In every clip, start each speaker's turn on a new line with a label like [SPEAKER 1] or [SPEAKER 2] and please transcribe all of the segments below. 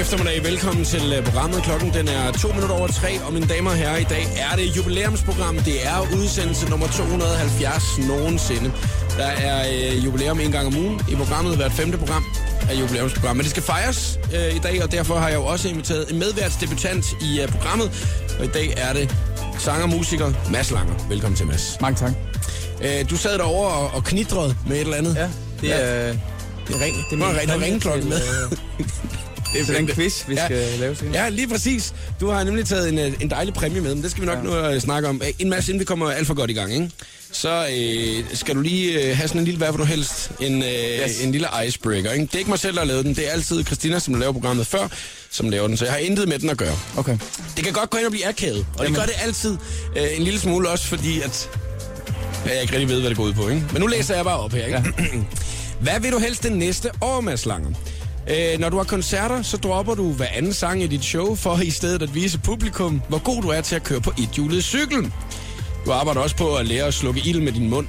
[SPEAKER 1] eftermiddag. Velkommen til øh, programmet. Klokken den er to minutter over tre, og mine damer og herrer, i dag er det jubilæumsprogram. Det er udsendelse nummer 270 nogensinde. Der er øh, jubilæum en gang om ugen i programmet. Hvert femte program er jubilæumsprogram. Men det skal fejres øh, i dag, og derfor har jeg jo også inviteret en medværtsdebutant i øh, programmet. Og i dag er det sanger og musiker Mads Langer. Velkommen til, Mads.
[SPEAKER 2] Mange tak.
[SPEAKER 1] Øh, du sad derovre og, og knitrede med et eller andet.
[SPEAKER 2] Ja, det er, øh, ja.
[SPEAKER 1] Det er ring, det er ring,
[SPEAKER 2] præmie
[SPEAKER 1] ringklokken
[SPEAKER 2] til,
[SPEAKER 1] med.
[SPEAKER 2] øh,
[SPEAKER 1] Det
[SPEAKER 2] til den quiz, vi
[SPEAKER 1] Ja.
[SPEAKER 2] skal lave senere.
[SPEAKER 1] Ja, lige præcis. Du har nemlig taget en, øh, en dejlig præmie med, men det skal vi nok ja. nu øh, snakke om. Øh, En masse, inden vi kommer alt for godt i gang, ikke? Så øh, skal du lige øh, have sådan en lille, hvad vil du helst, en, øh, yes.
[SPEAKER 2] Yes.
[SPEAKER 1] en lille icebreaker, ikke? Det er ikke mig selv, der har lavet den. Det er altid Christina, som laver programmet før, som laver den, så jeg har intet med den at gøre.
[SPEAKER 2] Okay.
[SPEAKER 1] Det kan godt gå hen og blive akavet, og det
[SPEAKER 2] Jamen.
[SPEAKER 1] gør det altid øh, en lille smule også, fordi at, at jeg ikke rigtig ved, hvad det går ud på. Ikke? Men nu læser jeg bare op her. Ikke? Ja. hvad vil du helst det næste år, Mads Langer? Øh, når du har koncerter, så dropper du hver anden sang i dit show, for i stedet at vise publikum, hvor god du er til at køre på et hjulet cykel. Du arbejder også på at lære at slukke ild med din mund.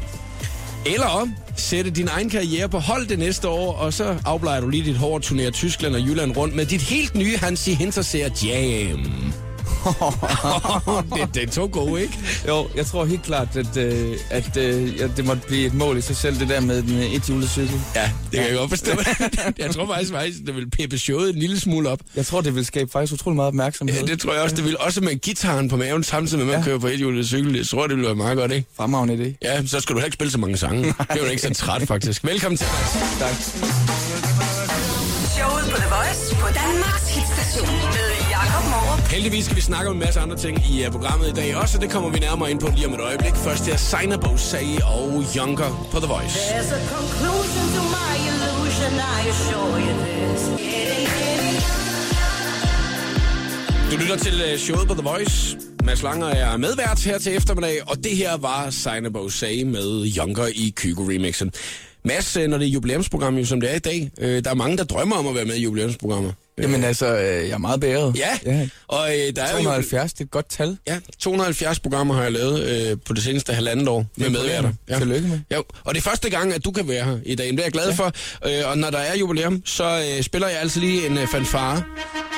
[SPEAKER 1] Eller om, sætte din egen karriere på hold det næste år, og så afblejer du lige dit hårde turné af Tyskland og Jylland rundt med dit helt nye Hansi Hinterseer Jam. det, det er to gode, ikke?
[SPEAKER 2] Jo, jeg tror helt klart, at, øh, at øh, ja, det måtte blive et mål i sig selv, det der med den øh, ethjulet cykel.
[SPEAKER 1] Ja, det kan jeg godt forstå. jeg tror faktisk, faktisk det vil peppe showet en lille smule op.
[SPEAKER 2] Jeg tror, det vil skabe faktisk utrolig meget opmærksomhed.
[SPEAKER 1] Ja, det tror jeg også, det vil også med gitaren på maven, samtidig med, at man
[SPEAKER 2] Ja.
[SPEAKER 1] kører på elhjulet cykel. Jeg tror, det vil være meget godt, ikke?
[SPEAKER 2] Fremragende idé.
[SPEAKER 1] Ja, så skal du heller ikke spille så mange sange. Det er jo ikke så træt, faktisk. Velkommen til dig.
[SPEAKER 2] Tak.
[SPEAKER 3] Showet på The Voice på Danmarks hitstation med Jakob Morup.
[SPEAKER 1] Heldigvis skal vi snakke om en masse andre ting i øh, programmet i dag også, og det kommer vi nærmere ind på lige om et øjeblik. Først er Seinerbo Sag og Younger på The Voice.
[SPEAKER 4] There's a conclusion to my illusion, I assure you this. It ain't getting
[SPEAKER 1] Du lytter til øh, showet på The Voice. Mads Langer er medvært her til eftermiddag, og det her var Signabo Say med Younger i Kygo Remixen. Mads, øh, når det er jubilæumsprogram, jo, som det er i dag, øh, der er mange, der drømmer om at være med i jubilæumsprogrammer. Øh,
[SPEAKER 2] Jamen altså, øh, jeg er meget beæret.
[SPEAKER 1] ja,
[SPEAKER 2] ja.
[SPEAKER 1] og øh, der er jo
[SPEAKER 2] 270, det er et godt tal.
[SPEAKER 1] ja, 270 programmer har jeg lavet øh, på det seneste halvandet år med medværter.
[SPEAKER 2] imponerende.
[SPEAKER 1] Ja.
[SPEAKER 2] Tillykke med.
[SPEAKER 1] Jo, og det er første gang, at du kan være her i dag. Det er jeg glad ja. for. Øh, og når der er jubilæum, så øh, spiller jeg altså lige en øh, fanfare.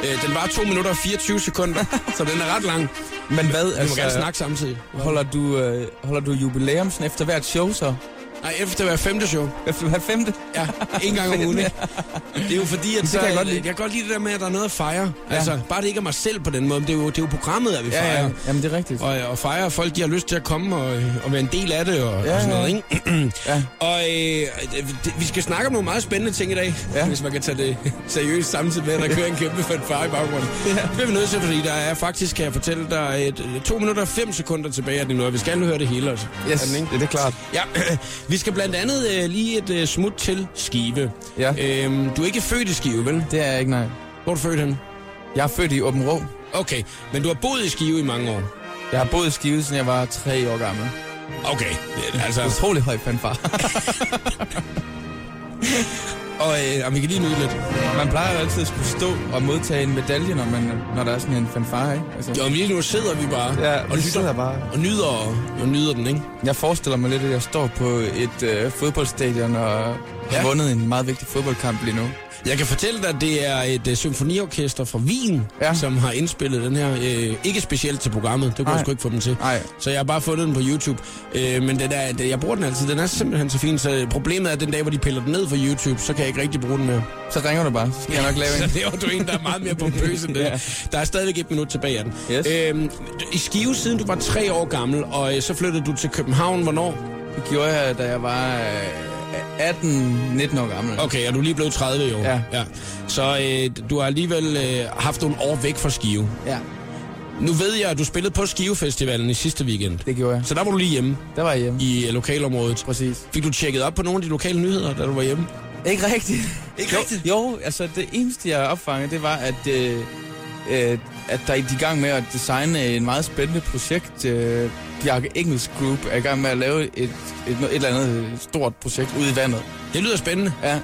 [SPEAKER 1] Øh, den var 2 minutter og 24 sekunder, så den er ret lang.
[SPEAKER 2] Men hvad, altså,
[SPEAKER 1] Vi må gerne snakke samtidig.
[SPEAKER 2] holder du, øh, holder du jubilæumsen efter hvert show så?
[SPEAKER 1] Nej, efter hver femte show.
[SPEAKER 2] Efter hver femte?
[SPEAKER 1] Ja, en gang om ugen. ikke? Det er jo fordi, at
[SPEAKER 2] det
[SPEAKER 1] så,
[SPEAKER 2] kan jeg godt lide.
[SPEAKER 1] jeg kan godt lide det der med, at der er noget at fejre. Ja. Altså, bare det ikke er mig selv på den måde. men Det er jo, det er jo programmet, at vi fejrer. Ja,
[SPEAKER 2] Jamen det er rigtigt.
[SPEAKER 1] Og, og fejre, at folk de har lyst til at komme og, og være en del af det og, ja,
[SPEAKER 2] Ja,
[SPEAKER 1] og sådan
[SPEAKER 2] ja.
[SPEAKER 1] noget, ikke?
[SPEAKER 2] Ja.
[SPEAKER 1] og øh, det- vi skal snakke om nogle meget spændende ting i dag, ja.
[SPEAKER 2] Ja.
[SPEAKER 1] hvis man kan tage det seriøst samtidig med, at der kører en kæmpe fanfare i baggrunden. Ja. Det er vi nødt til, fordi der er faktisk, kan jeg fortælle dig, et, to minutter og fem sekunder tilbage af det nu, og vi skal høre det hele også.
[SPEAKER 2] Yes,
[SPEAKER 1] Er den, ikke?
[SPEAKER 2] det er klart.
[SPEAKER 1] Ja, vi skal blandt andet øh, lige et øh, smut til Skive.
[SPEAKER 2] Ja.
[SPEAKER 1] Øhm, du er ikke født i Skive, vel?
[SPEAKER 2] Det er jeg ikke, nej.
[SPEAKER 1] Hvor er du født hen?
[SPEAKER 2] Jeg er født i Åben Rå.
[SPEAKER 1] Okay, men du har boet i Skive i mange år.
[SPEAKER 2] Jeg har boet i Skive, siden jeg var tre år gammel.
[SPEAKER 1] Okay, det er- altså...
[SPEAKER 2] Utrolig høj fanfare.
[SPEAKER 1] Og, øh, og vi kan lige nyde lidt.
[SPEAKER 2] Man plejer jo altid at skulle stå og modtage en medalje, når, man, når der er sådan en fanfare, ikke? Altså,
[SPEAKER 1] Jo, men lige nu sidder vi bare
[SPEAKER 2] Ja,
[SPEAKER 1] og
[SPEAKER 2] vi sidder bare.
[SPEAKER 1] Og nyder, og nyder den, ikke?
[SPEAKER 2] jeg forestiller mig lidt, at jeg står på et øh, fodboldstadion og har
[SPEAKER 1] Ja.
[SPEAKER 2] vundet en meget vigtig fodboldkamp lige nu.
[SPEAKER 1] Jeg kan fortælle dig, at det er et øh, symfoniorkester fra Wien, ja.
[SPEAKER 2] Ja.
[SPEAKER 1] som har indspillet den her. Øh, ikke specielt til programmet, det kunne jeg
[SPEAKER 2] Nej.
[SPEAKER 1] sgu ikke få dem til.
[SPEAKER 2] Nej.
[SPEAKER 1] Så jeg har bare fundet den på YouTube. Øh, men den er, den, jeg bruger den altid, den er simpelthen så fin, så problemet er, at den dag, hvor de piller den ned fra YouTube, så kan jeg ikke rigtig bruge den mere.
[SPEAKER 2] Så ringer du bare, så skal jeg nok lave
[SPEAKER 1] så
[SPEAKER 2] en.
[SPEAKER 1] laver du en, der er meget mere pompøs end det. ja.
[SPEAKER 2] Ja.
[SPEAKER 1] Der er stadigvæk et minut tilbage af den.
[SPEAKER 2] Yes.
[SPEAKER 1] Øhm, I Skive, siden du var tre år gammel, og øh, så flyttede du til København, hvornår?
[SPEAKER 2] Det gjorde jeg, da jeg var øh, 18-19 år gammel.
[SPEAKER 1] Okay, og du er lige blevet 30 i år.
[SPEAKER 2] Ja.
[SPEAKER 1] ja. Så øh, du har alligevel øh, haft nogle år væk fra Skive.
[SPEAKER 2] Ja,
[SPEAKER 1] Nu ved jeg, at du spillede på Skivefestivalen i sidste weekend.
[SPEAKER 2] det gjorde jeg.
[SPEAKER 1] Så der var du lige hjemme
[SPEAKER 2] Der var jeg hjemme.
[SPEAKER 1] i øh, lokalområdet.
[SPEAKER 2] Præcis.
[SPEAKER 1] Fik du tjekket op på nogle af de lokale nyheder, da du var hjemme?
[SPEAKER 2] Ikke rigtigt.
[SPEAKER 1] Ikke
[SPEAKER 2] jo,
[SPEAKER 1] rigtigt?
[SPEAKER 2] Jo, altså det eneste, jeg opfangede, det var, at, øh, øh, at der er de i gang med at designe en meget spændende projekt. Øh, Bjarke Engels Group er i gang med at lave et, et, et, et eller andet stort projekt ude i vandet.
[SPEAKER 1] Det lyder spændende.
[SPEAKER 2] Ja,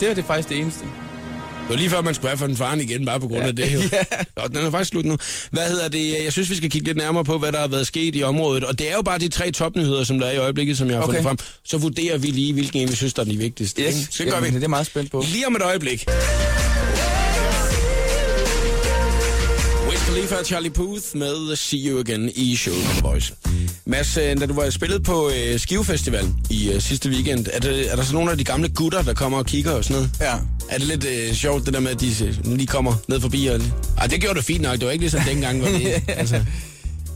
[SPEAKER 2] det var det faktisk det eneste.
[SPEAKER 1] Det var lige før, man skulle have for den faren igen, bare på grund af det. Jo. Ja. Og den er faktisk slut nu. Hvad hedder det? Jeg synes, vi skal kigge lidt nærmere på, hvad der har været sket i området. Og det er jo bare de tre topnyheder, som der er i øjeblikket, som jeg har okay.
[SPEAKER 2] Okay.
[SPEAKER 1] fundet frem. Så vurderer vi lige, hvilken en vi synes, der er den vigtigste. ikke? Så det gør
[SPEAKER 2] Jamen,
[SPEAKER 1] vi.
[SPEAKER 2] Det er jeg meget spændt på.
[SPEAKER 1] Lige om et øjeblik. Khalifa og Charlie Puth med See You Again i showet på The Voice. Mads, øh, da du var spillet på øh, Skivefestival i øh, sidste weekend, er, det, er der så nogle af de gamle gutter, der kommer og kigger og sådan noget?
[SPEAKER 2] Ja.
[SPEAKER 1] Er det lidt øh, sjovt, det der med, at de øh, lige kommer ned forbi? Og... Ej, det gjorde du fint nok. Det var ikke ligesom dengang, var det? Altså,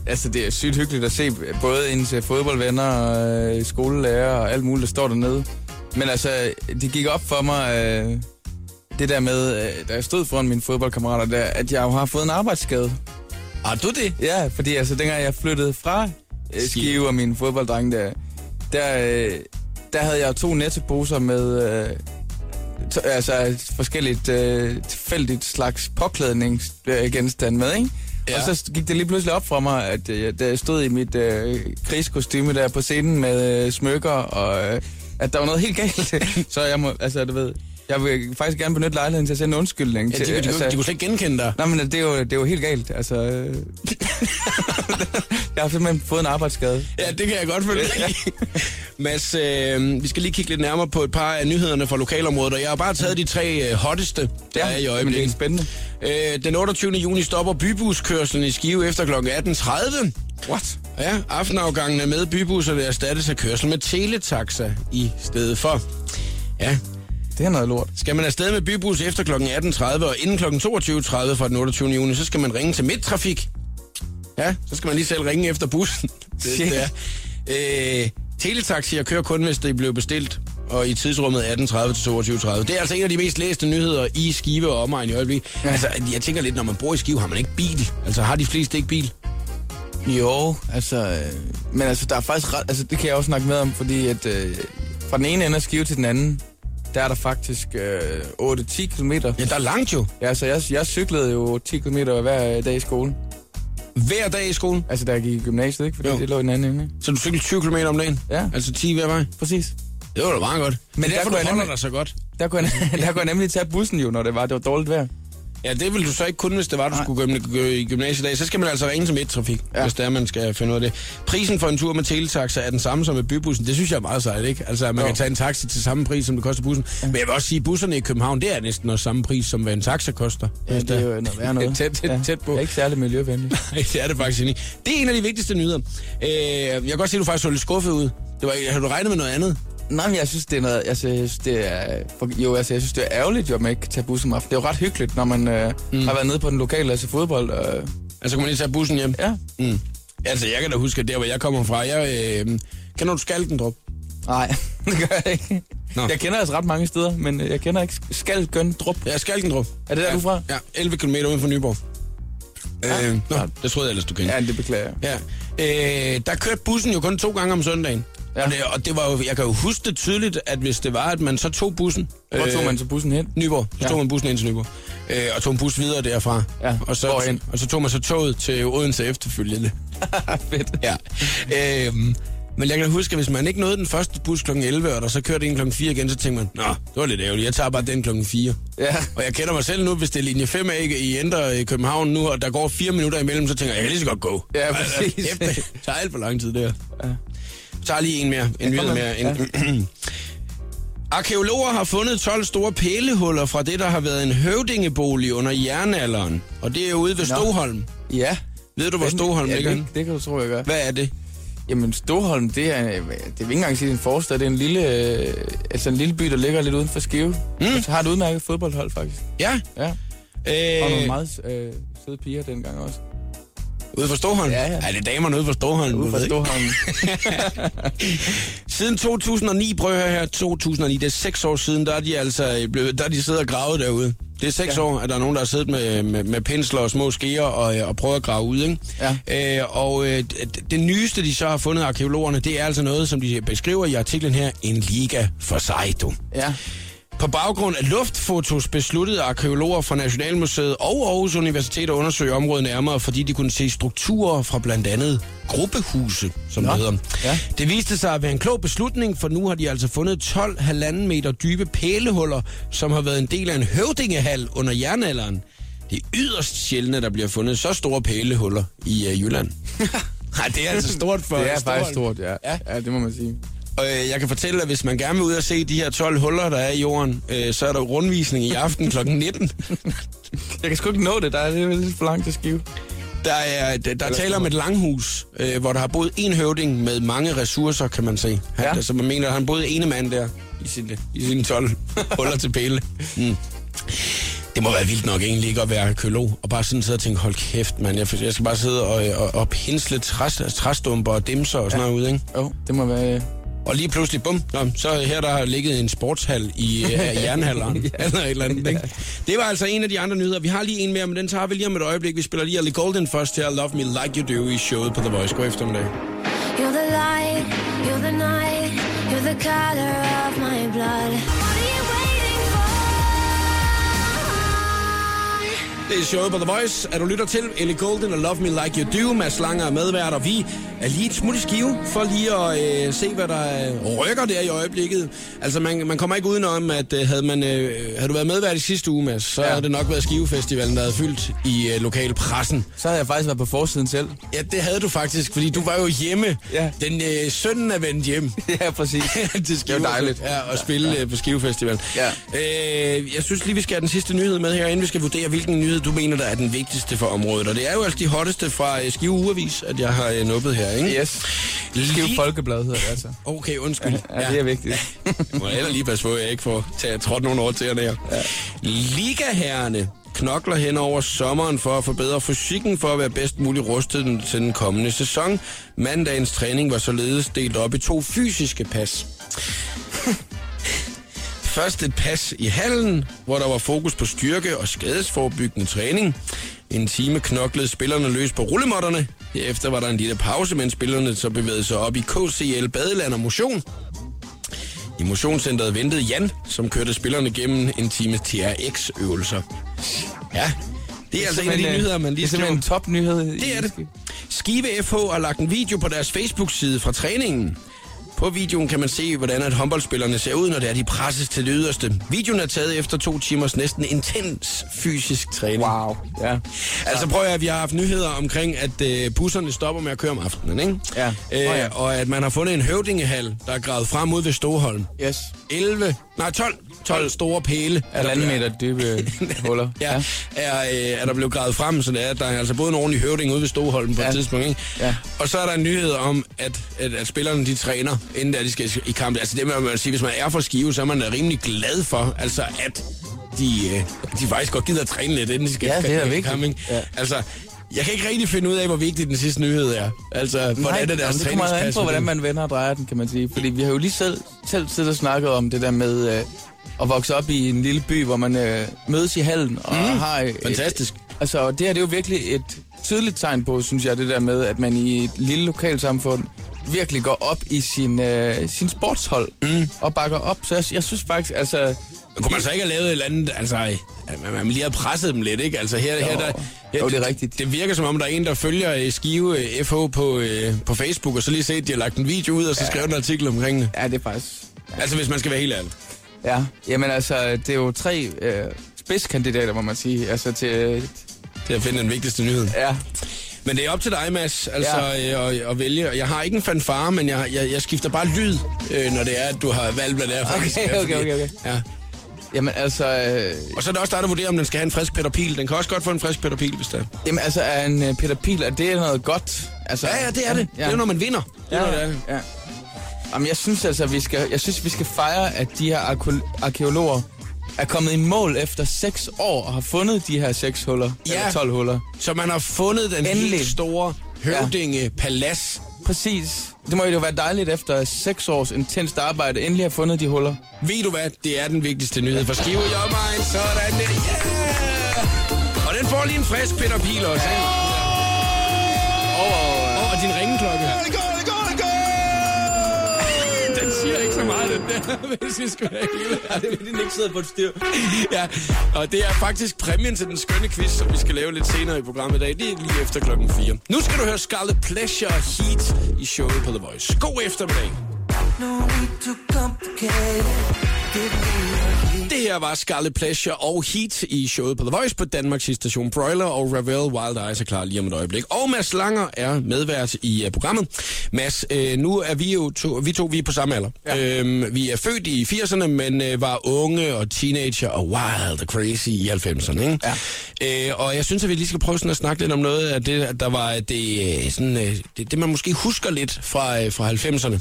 [SPEAKER 2] Altså, det er sygt hyggeligt at se både ens øh, fodboldvenner og øh, skolelærer og alt muligt, der står dernede. Men altså, det gik op for mig, øh, det der med, øh, da jeg stod foran mine fodboldkammerater der, at jeg jo har fået en arbejdsskade.
[SPEAKER 1] har du det?
[SPEAKER 2] Ja, fordi altså, dengang jeg flyttede fra øh,
[SPEAKER 1] Skive.
[SPEAKER 2] Skive og mine fodbolddrenge der, der, øh, der havde jeg jo to nettoposer med øh, to, altså et forskelligt øh, tilfældigt slags påklædningsgenstand med, ikke?
[SPEAKER 1] Ja.
[SPEAKER 2] Ja. Og så st- gik det lige pludselig op for mig, at øh, da jeg stod i mit øh, krigskostyme der på scenen med øh, smykker, og øh, at der var noget helt galt. så jeg må, altså du ved, jeg vil faktisk gerne benytte lejligheden til at sende en undskyldning.
[SPEAKER 1] Ja, de,
[SPEAKER 2] til,
[SPEAKER 1] de, de, kunne-
[SPEAKER 2] altså,
[SPEAKER 1] de kunne slet ikke genkende dig.
[SPEAKER 2] Nej, men det er jo, det er jo helt galt. Altså, øh. jeg har simpelthen fået en arbejdsskade.
[SPEAKER 1] Ja, det kan jeg godt følge. Mads, øh, vi skal lige kigge lidt nærmere på et par af nyhederne fra lokalområdet, og jeg har bare taget de tre øh, hotteste, der er i
[SPEAKER 2] men det er
[SPEAKER 1] øjeblikket.
[SPEAKER 2] spændende.
[SPEAKER 1] Øh, den 28. juni stopper bybuskørslen i Skive efter kl. 18.30.
[SPEAKER 2] What?
[SPEAKER 1] Ja, aftenafgangene med bybusser vil erstattes af kørsel med teletaxa i stedet for. Ja,
[SPEAKER 2] Det er noget lort.
[SPEAKER 1] skal man afsted med bybus efter kl. 18.30 og inden kl. 22.30 fra den 28. juni, så skal man ringe til Midttrafik. Ja, så skal man lige selv ringe efter bussen. Det,
[SPEAKER 2] Shit.
[SPEAKER 1] det er. Øh, teletaxier kører kun, hvis det blev bestilt, og i tidsrummet 18.30 til 22.30. Det er altså en af de mest læste nyheder i Skive og omegn i øjeblikket. Ja. Altså, jeg tænker lidt, når man bor i Skive, har man ikke bil? Altså, har de fleste ikke bil?
[SPEAKER 2] Jo, altså... øh, Men altså, der er faktisk ret... Altså, det kan jeg også snakke med om, fordi at... Øh, fra den ene ende af Skive til den anden, der er der faktisk øh, 8-10 km.
[SPEAKER 1] Ja, der er langt jo.
[SPEAKER 2] Ja, så jeg, jeg cyklede jo 10 km hver dag i skolen.
[SPEAKER 1] Hver dag i skolen.
[SPEAKER 2] Altså, da jeg gik i gymnasiet, ikke? Fordi
[SPEAKER 1] Jo.
[SPEAKER 2] jo. det lå i den anden ende. ikke?
[SPEAKER 1] Så du cykler 20 km om dagen?
[SPEAKER 2] Ja.
[SPEAKER 1] Altså 10 hver vej?
[SPEAKER 2] Præcis.
[SPEAKER 1] Det var da meget godt. Men
[SPEAKER 2] der
[SPEAKER 1] derfor
[SPEAKER 2] kunne
[SPEAKER 1] du
[SPEAKER 2] jeg
[SPEAKER 1] holder
[SPEAKER 2] nemlig-
[SPEAKER 1] dig så godt.
[SPEAKER 2] Der kunne, jeg, der kunne jeg nemlig tage bussen jo, når det var, det var dårligt vejr.
[SPEAKER 1] Ja, det vil du så ikke kun, hvis det var, du
[SPEAKER 2] Nej.
[SPEAKER 1] skulle gå i- i gymnasiet i dag. Så skal man altså ringe til midttrafik, ja.
[SPEAKER 2] Ja.
[SPEAKER 1] hvis det er, man skal finde ud af det. Prisen for en tur med teletaxa er den samme som med bybussen. Det synes jeg er meget sejt, ikke? Altså, at man jo.
[SPEAKER 2] Jo.
[SPEAKER 1] kan tage en taxi til samme pris, som det koster bussen. Ja. Men jeg vil også sige, at busserne i København, det er næsten også samme pris, som hvad en taxa koster.
[SPEAKER 2] Ja,
[SPEAKER 1] Hvis
[SPEAKER 2] det er jo noget værre noget.
[SPEAKER 1] tæt, tæt,
[SPEAKER 2] ja.
[SPEAKER 1] tæt på.
[SPEAKER 2] Det er ikke særlig miljøvenligt.
[SPEAKER 1] Nej, det er det faktisk ikke. Det er en af de vigtigste nyheder. Øh, jeg kan godt se, at du faktisk så lidt skuffet ud. Det var, havde du regnet med noget andet?
[SPEAKER 2] Nej, men jeg synes, det er noget... Altså, jeg synes, det er, for, jo, altså, jeg synes, det er ærgerligt, jo, at man ikke kan tage bussen om aftenen. Det er jo ret hyggeligt, når man øh, mm. har været nede på den lokale altså fodbold. Øh,
[SPEAKER 1] Altså, kunne man lige tage bussen hjem?
[SPEAKER 2] ja.
[SPEAKER 1] Mm. Altså, jeg kan da huske, at der, hvor jeg kommer fra, jeg... Øh, kender du Skalkendrup?
[SPEAKER 2] Nej, det gør jeg ikke.
[SPEAKER 1] Nå.
[SPEAKER 2] Nå. Jeg kender altså ret mange steder, men øh, jeg kender ikke Skal Gøn Drup.
[SPEAKER 1] Ja, Skalkendrup.
[SPEAKER 2] Er det der,
[SPEAKER 1] ja,
[SPEAKER 2] du er fra?
[SPEAKER 1] Ja, 11 km uden for Nyborg. Ja. Øh, nå, det troede jeg ellers, du kendte.
[SPEAKER 2] Ja, det beklager jeg.
[SPEAKER 1] Ja. Øh, der kørte bussen jo kun to gange om søndagen. Ja.
[SPEAKER 2] Ja.
[SPEAKER 1] Og, det, og det var jo, jeg kan jo huske det tydeligt, at hvis det var, at man så tog bussen...
[SPEAKER 2] Hvor tog
[SPEAKER 1] øh,
[SPEAKER 2] man så bussen hen?
[SPEAKER 1] Nyborg. Så
[SPEAKER 2] Ja.
[SPEAKER 1] tog man bussen ind til Nyborg. Øh, og tog en bus videre derfra.
[SPEAKER 2] Ja,
[SPEAKER 1] og, så,
[SPEAKER 2] hvorhen?
[SPEAKER 1] og så tog man så toget til Odense efterfølgende.
[SPEAKER 2] Fedt.
[SPEAKER 1] Ja. Øhm, men jeg kan da huske, at hvis man ikke nåede den første bus kl. 11, og der så kørte en kl. 4 igen, så tænkte man, Nå, det var lidt ærgerligt, jeg tager bare den kl. 4.
[SPEAKER 2] Ja.
[SPEAKER 1] Og jeg kender mig selv nu, hvis det er linje 5 er ikke i Indre i København nu, og der går fire minutter imellem, så tænker jeg, jeg kan lige så godt gå.
[SPEAKER 2] Ja,
[SPEAKER 1] Altså,
[SPEAKER 2] præcis.
[SPEAKER 1] kæft, Det tager alt for lang tid, det her. Ja. Tager lige en mere, en nyhed
[SPEAKER 2] kom
[SPEAKER 1] mere.
[SPEAKER 2] med.
[SPEAKER 1] En, Arkeologer har fundet 12 store pælehuller fra det, der har været en høvdingebolig under jernalderen. Og det er ude ved
[SPEAKER 2] Nå.
[SPEAKER 1] Stoholm.
[SPEAKER 2] Ja.
[SPEAKER 1] Ved du, hvor Stoholm
[SPEAKER 2] ja,
[SPEAKER 1] ligger?
[SPEAKER 2] det, det kan du tro, jeg gør.
[SPEAKER 1] Hvad er det?
[SPEAKER 2] Jamen, Stoholm, det er, det vil jeg ikke engang sige, det er en forstad. Det er en lille, øh, altså en lille by, der ligger lidt uden for Skive. Mm. Så har et udmærket fodboldhold, faktisk.
[SPEAKER 1] Ja.
[SPEAKER 2] Ja. Og
[SPEAKER 1] Øh,
[SPEAKER 2] nogle meget øh, søde piger dengang også.
[SPEAKER 1] Ude for Storholm?
[SPEAKER 2] Ja, ja.
[SPEAKER 1] Ej, det er damerne ude for Storholm. du
[SPEAKER 2] Ude fra
[SPEAKER 1] ved ikke.
[SPEAKER 2] Storholm.
[SPEAKER 1] Siden 2009, prøv at høre her, 2009, det er seks år siden, der er de altså blevet, der er de siddet og gravet derude. Det er seks ja.
[SPEAKER 2] Ja.
[SPEAKER 1] år, at der er nogen, der har siddet med, med, med pensler og små skeer og, øh, og prøvet at grave ud, ikke? Ja. Øh, og øh, det, det nyeste, de så har fundet arkeologerne, det er altså noget, som de beskriver i artiklen her, en liga for sig, du.
[SPEAKER 2] ja.
[SPEAKER 1] På baggrund af luftfotos besluttede arkeologer fra Nationalmuseet og Aarhus Universitet at undersøge området nærmere, fordi de kunne se strukturer fra blandt andet gruppehuse, som det hedder.
[SPEAKER 2] Ja.
[SPEAKER 1] Det viste sig at være en klog beslutning, for nu har de altså fundet 12 halvanden meter dybe pælehuller, som har været en del af en høvdingehal under jernalderen. Det er yderst sjældent, at der bliver fundet så store pælehuller i uh, Jylland. Nej, det er altså stort for
[SPEAKER 2] Det er
[SPEAKER 1] Stoholm.
[SPEAKER 2] faktisk stort, ja.
[SPEAKER 1] Ja.
[SPEAKER 2] ja. Ja, det må man sige.
[SPEAKER 1] Og øh, jeg kan fortælle dig, hvis man gerne vil ud og se de her 12 huller, der er i jorden, øh, så er der rundvisning i aften kl. 19.
[SPEAKER 2] Jeg kan sgu ikke nå det, der er det er lidt for langt til Skive.
[SPEAKER 1] Der er, der, der taler om et langhus, øh, hvor der har boet en høvding med mange ressourcer, kan man se. Han, ja.
[SPEAKER 2] Ja.
[SPEAKER 1] Så man mener, at han boede ene mand der i sin, i sin 12 huller til pæle. Mm. Det må være vildt nok egentlig ikke at være arkeolog, og bare sådan sidde og tænke, hold kæft, mand, jeg, jeg skal bare sidde og, øh, og, og pinsle træs, træstumper og dimser og sådan ja. noget ud, ikke?
[SPEAKER 2] Jo, det må være... øh,
[SPEAKER 1] Og lige pludselig, bum, nå, så her der har ligget en sportshal i øh, her i jernhalleren, eller et eller andet, ikke? Det var altså en af de andre nyheder. Vi har lige en mere, men den tager vi lige om et øjeblik. Vi spiller lige Ali Golden først her, Love Me Like You Do i showet på The Voice. God eftermiddag.
[SPEAKER 5] You're the light, you're the night, you're the color of my blood. What are you waiting for?
[SPEAKER 1] Det er showet på The Voice, at du lytter til Ellie Golden og Love Me Like You Do. Mads Langer er medvært, og vi er lige et smut i skive for lige at øh, se, hvad der øh, rykker der i øjeblikket. Altså, man, man kommer ikke udenom, at øh, havde, man, øh, havde du været medvært i sidste uge, Mads, så ja.
[SPEAKER 2] Ja.
[SPEAKER 1] havde det nok været Skivefestivalen, der havde fyldt i øh, lokalpressen.
[SPEAKER 2] Så havde jeg faktisk været på forsiden selv.
[SPEAKER 1] Ja, det havde du faktisk, fordi du var jo hjemme.
[SPEAKER 2] Ja.
[SPEAKER 1] Den øh, sønnen er vendt hjem.
[SPEAKER 2] ja, præcis.
[SPEAKER 1] til Skive,
[SPEAKER 2] Det var dejligt.
[SPEAKER 1] Ja, og spille ja, ja. på Skivefestivalen.
[SPEAKER 2] Ja.
[SPEAKER 1] Øh, jeg synes lige, vi skal have den sidste nyhed med her, inden vi skal vurdere, hvilken nyhed du mener, der er den vigtigste for området. Og det er jo altså de hotteste fra øh, Skive Ugeavis, at jeg har øh, nuppet her, ikke?
[SPEAKER 2] Yes. Skive
[SPEAKER 1] Lige-
[SPEAKER 2] Folkeblad hedder det altså.
[SPEAKER 1] Okay, undskyld.
[SPEAKER 2] Ja, det er altså vigtigt.
[SPEAKER 1] Jeg må heller lige passe på, at jeg ikke får taget trådt nogle over til her. Ja. Ligaherrene knokler hen over sommeren for at forbedre fysikken for at være bedst muligt rustet til den kommende sæson. Mandagens træning var således delt op i to fysiske pas. Først et pas i hallen, hvor der var fokus på styrke og skadesforbyggende træning. En time knoklede spillerne løs på rullemotterne. Herefter var der en lille pause, mens spillerne så bevægede sig op i KCL Badeland og Motion. I motionscenteret ventede Jan, som kørte spillerne gennem en time TRX-øvelser. Ja, det er altså en af de
[SPEAKER 2] simpelthen, øh,
[SPEAKER 1] nyheder, man lige
[SPEAKER 2] Det er simpelthen
[SPEAKER 1] skriver.
[SPEAKER 2] en topnyhed.
[SPEAKER 1] Det er det. Skive FH har lagt en video på deres Facebook-side fra træningen. På videoen kan man se, hvordan at håndboldspillerne ser ud, når det er de presses til det yderste. Videoen er taget efter to timers næsten intens fysisk træning.
[SPEAKER 2] Wow. Ja.
[SPEAKER 1] Altså prøv at høre, vi har haft nyheder omkring, at øh, busserne stopper med at køre om aftenen, ikke?
[SPEAKER 2] Ja.
[SPEAKER 1] Øh,
[SPEAKER 2] Nå ja.
[SPEAKER 1] Og at man har fundet en høvdingehal, der er gravet frem ud ved Stoholm.
[SPEAKER 2] Yes.
[SPEAKER 1] 11, nej 12, 12 store pæle. er der
[SPEAKER 2] Halvanden
[SPEAKER 1] blevet-
[SPEAKER 2] meter dybe huller.
[SPEAKER 1] ja, er, øh, er der blevet gravet frem, så det er, at der er altså både en ordentlig høvding ude ved Stoholm på ja.
[SPEAKER 2] Ja.
[SPEAKER 1] et tidspunkt. Ikke?
[SPEAKER 2] Ja.
[SPEAKER 1] Og så er der en nyhed om, at, at, at spillerne de træner, inden at de skal i kamp. Altså det må man sige, hvis man er for skive, så er man da rimelig glad for, altså at de, øh, de faktisk godt gider at træne lidt, inden de skal
[SPEAKER 2] Ja, det er
[SPEAKER 1] i
[SPEAKER 2] vigtigt.
[SPEAKER 1] kamp, ikke?
[SPEAKER 2] Ja.
[SPEAKER 1] Altså, jeg kan ikke rigtig finde ud af, hvor vigtig den sidste nyhed er. Altså, hvordan er det deres
[SPEAKER 2] det kommer an
[SPEAKER 1] træningspas?
[SPEAKER 2] på, hvordan man vender og drejer den, kan man sige. Fordi vi har jo lige selv, selv siddet og snakket om det der med øh, at vokse op i en lille by, hvor man øh, mødes i hallen og mm. har... Et,
[SPEAKER 1] Fantastisk.
[SPEAKER 2] altså, og det her det er jo virkelig et tydeligt tegn på, synes jeg, det der med, at man i et lille lokalsamfund virkelig går op i sin, øh, sin sportshold mm. og bakker op. Så jeg, jeg synes faktisk, altså...
[SPEAKER 1] Kunne man så ikke have lavet et eller andet, altså, at man- man lige har presset dem lidt, ikke? Altså her, her, der, her
[SPEAKER 2] Jo, det er rigtigt.
[SPEAKER 1] Det virker som om, der er en, der følger øh, Skive øh, FH på, øh, på Facebook, og så lige set, at de har lagt en video ud, og så ja. skrevet en artikel omkring det.
[SPEAKER 2] Ja, det er faktisk...
[SPEAKER 1] Altså hvis man skal være helt ærlig.
[SPEAKER 2] Ja, jamen altså, det er jo tre øh, spidskandidater, må man sige. Altså til... Øh,
[SPEAKER 1] Det er at finde den vigtigste nyhed.
[SPEAKER 2] ja,
[SPEAKER 1] Men det er op til dig, Mads, altså ja. øh, at, at vælge. Og Jeg har ikke en fanfare, men jeg, jeg, jeg skifter bare lyd, øh, når det er, at du har valgt, hvad det er. faktisk er,
[SPEAKER 2] okay,
[SPEAKER 1] fordi-
[SPEAKER 2] okay, okay.
[SPEAKER 1] Ja.
[SPEAKER 2] Jamen altså, øh,
[SPEAKER 1] Og så er det også dig, der vurderer, om den skal have en frisk Peter Pil. Den kan også godt få en frisk Peter Pil, hvis det er.
[SPEAKER 2] jamen, altså er en øh, Peter Pil, er det noget godt? Altså,
[SPEAKER 1] Ja, ja, det er det. Ja. Det er jo, når man vinder. Det er, når det er.
[SPEAKER 2] ja. Jamen, jeg synes altså, vi skal, jeg synes, vi skal fejre, at de her arko- arkeologer er kommet i mål efter 6 år og har fundet de her 6 huller,
[SPEAKER 1] Ja.
[SPEAKER 2] ja. eller 12 huller.
[SPEAKER 1] Så man har fundet den Endelig.
[SPEAKER 2] Endelig.
[SPEAKER 1] helt store høvdinge-palads.
[SPEAKER 2] Præcis. Det må jo være dejligt efter 6 års intenst arbejde, endelig har fundet de huller.
[SPEAKER 1] Ved du hvad? Det er den vigtigste nyhed for Skive i omegn. Sådan der. Yeah! Og den får lige en frisk Peter Pil også. Ja. Og, og, og din ringeklokke. Det går, det går, det går! Den siger ikke så meget, den der, hvis jeg skulle have hele.
[SPEAKER 2] Det vil den ikke sidde på et styr.
[SPEAKER 1] Ja, og det er faktisk præmien til den skønne quiz, som vi skal lave lidt senere i programmet i dag. Det er lige efter klokken 4. Nu skal du høre Scarlet Pleasure Heat i showet på The Voice. God eftermiddag.
[SPEAKER 6] No need to complicate.
[SPEAKER 1] Det her var Scarlet Pleasure og Heat i showet på The Voice på Danmarks station Broiler, og Ravel Wild Eyes er klar lige om et øjeblik. Og Mads Langer er medvært i uh, programmet. Mads, øh, nu er vi jo to, vi to vi er på samme alder. Ja. Øhm, vi er født i 80'erne, men øh, var unge og teenager og wild og crazy i 90'erne. Ikke? Ja. Øh, og jeg synes, at vi lige skal prøve sådan at snakke lidt om noget af det, der var det, øh, sådan, øh, det, det man måske husker lidt fra, øh, fra 90'erne.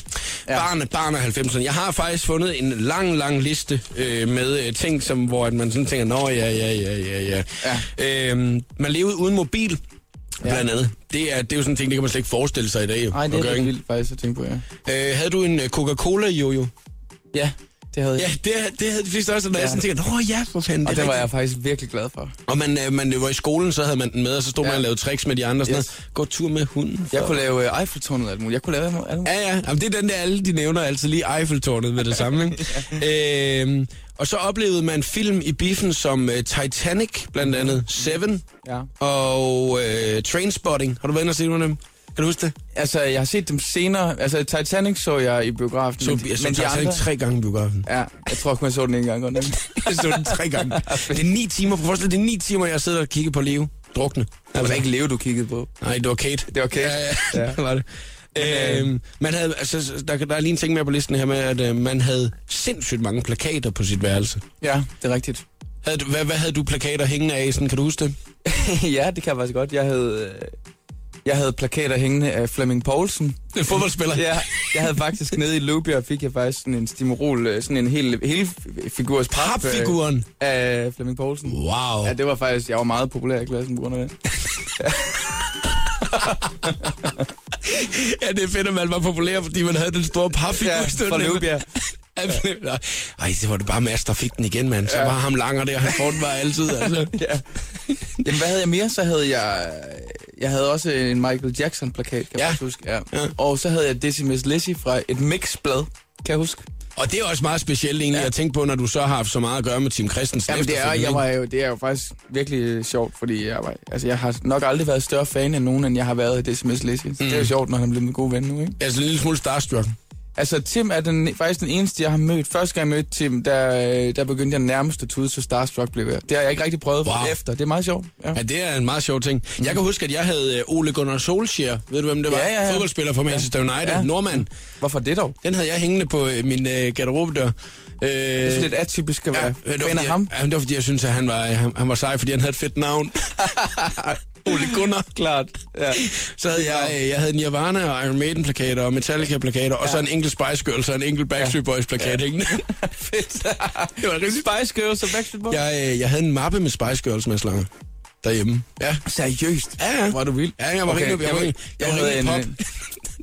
[SPEAKER 1] Ja. Barn, barn af 90'erne. Jeg har faktisk fundet en lang, lang liste øh, med øh, ting, som, hvor at man sådan tænker, nå ja, ja, ja, ja, ja. ja. Øhm, man levede uden mobil, blandt andet. Det er, det er jo sådan en ting, det kan man slet ikke forestille sig i dag.
[SPEAKER 2] Nej, det er okay. vildt faktisk at tænke på, ja.
[SPEAKER 1] Øh, havde du en øh, Coca-Cola-jojo?
[SPEAKER 2] Ja, det havde jeg.
[SPEAKER 1] Ja, det, det havde de fleste også, når ja. jeg sådan tænker, åh ja, for fanden,
[SPEAKER 2] Og
[SPEAKER 1] det er
[SPEAKER 2] det var
[SPEAKER 1] rigtigt."
[SPEAKER 2] jeg faktisk virkelig glad for.
[SPEAKER 1] Og man, øh, man var i skolen, så havde man den med, og så stod ja.
[SPEAKER 2] Ja.
[SPEAKER 1] man og lavede tricks med de andre. og Sådan
[SPEAKER 2] Yes.
[SPEAKER 1] yes. noget. Gå tur med hunden.
[SPEAKER 2] Jeg kunne lave øh, Eiffeltårnet og alt muligt. Jeg kunne lave alt muligt.
[SPEAKER 1] Ja, ja. Jamen, det er den der, alle de nævner altid lige Eiffeltårnet med det samme. Ikke? øhm, og så oplevede man film i biffen som øh, Titanic, blandt
[SPEAKER 2] Mm.
[SPEAKER 1] andet Seven,
[SPEAKER 2] Ja.
[SPEAKER 1] og øh, Trainspotting. Har du været inde og set nogle af dem? Kan du huske det?
[SPEAKER 2] Altså, jeg har set dem senere. Altså, Titanic så jeg i biografen.
[SPEAKER 1] Så, jeg så Titanic tre gange i biografen.
[SPEAKER 2] Ja, jeg tror kun, jeg så den en gang. godt nok.
[SPEAKER 1] Jeg så den tre gange. Det er ni timer. Prøv at forestille dig, det er ni timer, jeg sidder og kigger på Leo. Drukne. Altså,
[SPEAKER 2] Det var da Altså, ikke Leo, du kiggede på.
[SPEAKER 1] Nej, det var Kate.
[SPEAKER 2] Det var Kate.
[SPEAKER 1] Ja, ja,
[SPEAKER 2] Ja. øh,
[SPEAKER 1] det var det. Øhm, man havde, altså, der, der er lige en ting mere på listen her med, at øh, man havde sindssygt mange plakater på sit værelse.
[SPEAKER 2] Ja, det er rigtigt.
[SPEAKER 1] Havde, du- hvad, hvad havde du plakater hængende af? i Sådan, kan du huske det?
[SPEAKER 2] ja, det kan jeg faktisk godt. Jeg havde, øh, jeg havde plakater hængende af Flemming Poulsen.
[SPEAKER 1] En fodboldspiller?
[SPEAKER 2] Ja, jeg havde faktisk nede i Lubia, fik jeg faktisk sådan en stimorol, øh, sådan en hel, hele figurs pap, øh,
[SPEAKER 1] Papfiguren?
[SPEAKER 2] af Flemming Poulsen.
[SPEAKER 1] Wow.
[SPEAKER 2] Ja, det var faktisk, jeg var meget populær i klassen på grund af det.
[SPEAKER 1] Ja, det er fedt, at man var populær, fordi man havde den store papfigur
[SPEAKER 2] Ja,
[SPEAKER 1] stående
[SPEAKER 2] fra
[SPEAKER 1] nede.
[SPEAKER 2] Løvbjerg.
[SPEAKER 1] Ja. Nå. Ej, det var det bare Mads, der fik den igen, mand. Så
[SPEAKER 2] Ja.
[SPEAKER 1] var ham langer der, han får den bare altid. Altså.
[SPEAKER 2] Ja. Jamen, hvad havde jeg mere? Så havde jeg... Jeg havde også en Michael Jackson-plakat,
[SPEAKER 1] Ja.
[SPEAKER 2] kan jeg faktisk huske. Ja.
[SPEAKER 1] Ja.
[SPEAKER 2] ja. Og så havde jeg Dizzy Miss Lizzy fra et mixblad, kan jeg huske.
[SPEAKER 1] Og det er også meget specielt egentlig
[SPEAKER 2] Ja.
[SPEAKER 1] at tænke på, når du så har haft så meget at gøre med Tim Christensen.
[SPEAKER 2] Jamen, det er,
[SPEAKER 1] efterfølgende,
[SPEAKER 2] jeg
[SPEAKER 1] ikke?
[SPEAKER 2] var jo, det er jo faktisk virkelig øh, sjovt, fordi jeg, var, altså, jeg har nok aldrig været større fan af nogen, end jeg har været i Dizzy Miss Lizzy. Mm. Det er jo sjovt, når han er blevet min gode ven nu, ikke?
[SPEAKER 1] Altså en lille smule starstruck.
[SPEAKER 2] Altså, Tim er den, faktisk den eneste, jeg har mødt. Første gang jeg mødte Tim, der, øh, der begyndte jeg nærmest at tude, så Starstruck blev jeg. Det har jeg ikke rigtig prøvet
[SPEAKER 1] Wow.
[SPEAKER 2] wow. efter. Det er meget sjovt. Ja.
[SPEAKER 1] Ja, det er en meget sjov ting. Jeg kan huske, at jeg havde øh, Ole Gunnar Solskjaer. Ved du, hvem det var?
[SPEAKER 2] Ja, ja, ja.
[SPEAKER 1] Fodboldspiller fra Manchester United. Ja.
[SPEAKER 2] Ja.
[SPEAKER 1] Nordmand.
[SPEAKER 2] Hvorfor det dog?
[SPEAKER 1] Den havde jeg hængende på øh, min øh, garderobedør. Øh,
[SPEAKER 2] Det er sådan lidt atypisk at
[SPEAKER 1] ja,
[SPEAKER 2] være
[SPEAKER 1] øh, det var,
[SPEAKER 2] fan
[SPEAKER 1] fordi,
[SPEAKER 2] af ham.
[SPEAKER 1] Jeg, ja, det var, fordi jeg synes, at han var, øh, han, han var sej, fordi han havde et fedt navn. Ole Gunnar.
[SPEAKER 2] Klart. Ja.
[SPEAKER 1] Så havde jeg, øh, jeg havde Nirvana og Iron Maiden plakater og Metallica plakater, ja. og så en enkelt Spice Girls og en enkelt Backstreet Boys plakat ja. hængende.
[SPEAKER 2] Fedt.
[SPEAKER 1] Det var rigtig-
[SPEAKER 2] Spice Girls og Backstreet Boys.
[SPEAKER 1] Jeg, øh, jeg havde en mappe med Spice Girls, Mads Lange, derhjemme. Ja.
[SPEAKER 2] Seriøst?
[SPEAKER 1] Ja, ja.
[SPEAKER 2] Var du vild?
[SPEAKER 1] Ja, jeg var okay, rigtig, jeg, var, jeg, jeg var
[SPEAKER 2] havde
[SPEAKER 1] rigtig pop.
[SPEAKER 2] en,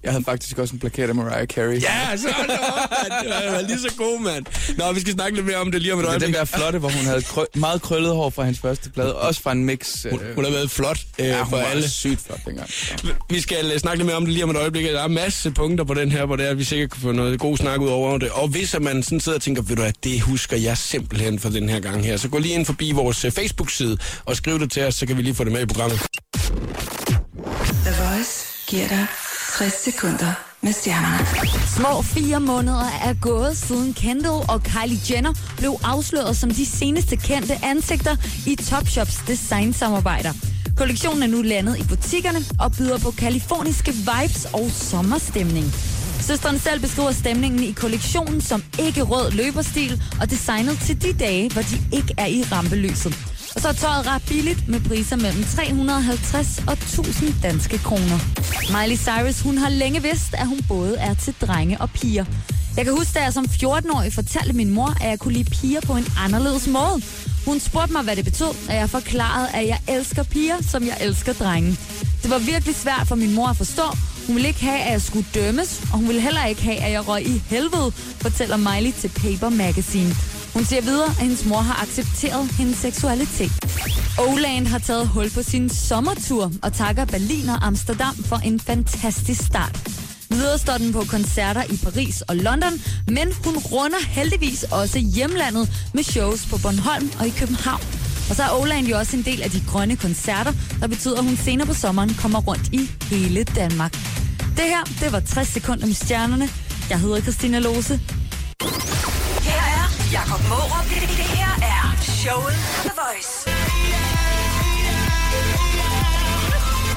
[SPEAKER 2] jeg havde faktisk også en plakat af Mariah Carey.
[SPEAKER 1] Ja, så er det op, mand. Det var- jeg var lige så god, mand. Nå, vi skal snakke lidt mere om det lige om et
[SPEAKER 2] Det er
[SPEAKER 1] øjeblik.
[SPEAKER 2] den der flotte, hvor hun havde krø meget krøllet hår fra hendes første plade. Også fra en mix. Øh,
[SPEAKER 1] Hun har været flot øh, ja, for alle.
[SPEAKER 2] sygt flot dengang. Ja.
[SPEAKER 1] Vi skal øh, snakke lidt mere om det lige om et øjeblik. og Der er masse punkter på den her, hvor det er, at vi sikkert kan få noget god snak ud over det. Og hvis at man sådan sidder og tænker, ved du hvad, det husker jeg simpelthen fra den her gang her, så gå lige ind forbi vores øh, Facebook-side og skriv det til os, så kan vi lige få det med i programmet.
[SPEAKER 3] The Voice giver dig 60 sekunder med stjernerne.
[SPEAKER 6] Små fire måneder er gået siden Kendall og Kylie Jenner blev afsløret som de seneste kendte ansigter i Topshops designsamarbejder. Kollektionen er nu landet i butikkerne og byder på kaliforniske vibes og sommerstemning. Søsteren selv beskriver stemningen i kollektionen som ikke rød løberstil og designet til de dage, hvor de ikke er i rampelyset. Og så er tøjet ret billigt med priser mellem 350 og 1000 danske kroner. Miley Cyrus, hun har længe vidst, at hun både er til drenge og piger. Jeg kan huske, da jeg som 14-årig fortalte min mor, at jeg kunne lide piger på en anderledes måde. Hun spurgte mig, hvad det betød, og jeg forklarede, at jeg elsker piger, som jeg elsker drenge. Det var virkelig svært for min mor at forstå. Hun ville ikke have, at jeg skulle dømmes, og hun ville heller ikke have, at jeg røg i helvede, fortæller Miley til Paper Magazine. Hun siger videre, at hendes mor har accepteret hendes seksualitet. Oland har taget hul på sin sommertur og takker Berlin og Amsterdam for en fantastisk start. Videre står den på koncerter i Paris og London, men hun runder heldigvis også hjemlandet med shows på Bornholm og i København. Og så er Oland jo også en del af de grønne koncerter, der betyder, at hun senere på sommeren kommer rundt i hele Danmark. Det her, det var 60 sekunder med stjernerne. Jeg hedder Christina Lose.
[SPEAKER 3] Her er
[SPEAKER 7] Jakob Morup. Det her er showet på The Voice.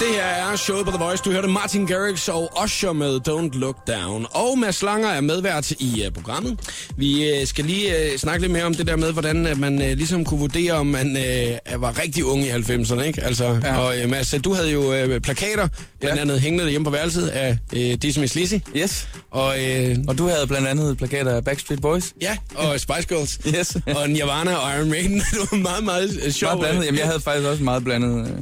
[SPEAKER 1] Det her er showet på The Voice. Du hørte Martin Garrix og Usher med Don't Look Down. Og Mads Langer er medvært i uh, programmet. Vi uh, skal lige uh, snakke lidt mere om det der med, hvordan uh, man uh, ligesom kunne vurdere, om man uh, var rigtig ung i 90'erne. Ikke? Altså, ja.
[SPEAKER 2] Ja.
[SPEAKER 1] Og uh, Mads, du havde jo uh, plakater, blandt
[SPEAKER 2] Ja.
[SPEAKER 1] andet hængende hjemme på værelset af uh, Disney Lizzy.
[SPEAKER 2] Yes.
[SPEAKER 1] Og uh,
[SPEAKER 2] Og du havde blandt andet plakater af Backstreet Boys.
[SPEAKER 1] ja, og Spice Girls.
[SPEAKER 2] Yes.
[SPEAKER 1] og Nirvana og Iron Maiden. det var meget, meget øh, sjovt.
[SPEAKER 2] Meget blandet. Jamen, jeg havde faktisk også meget blandet øh,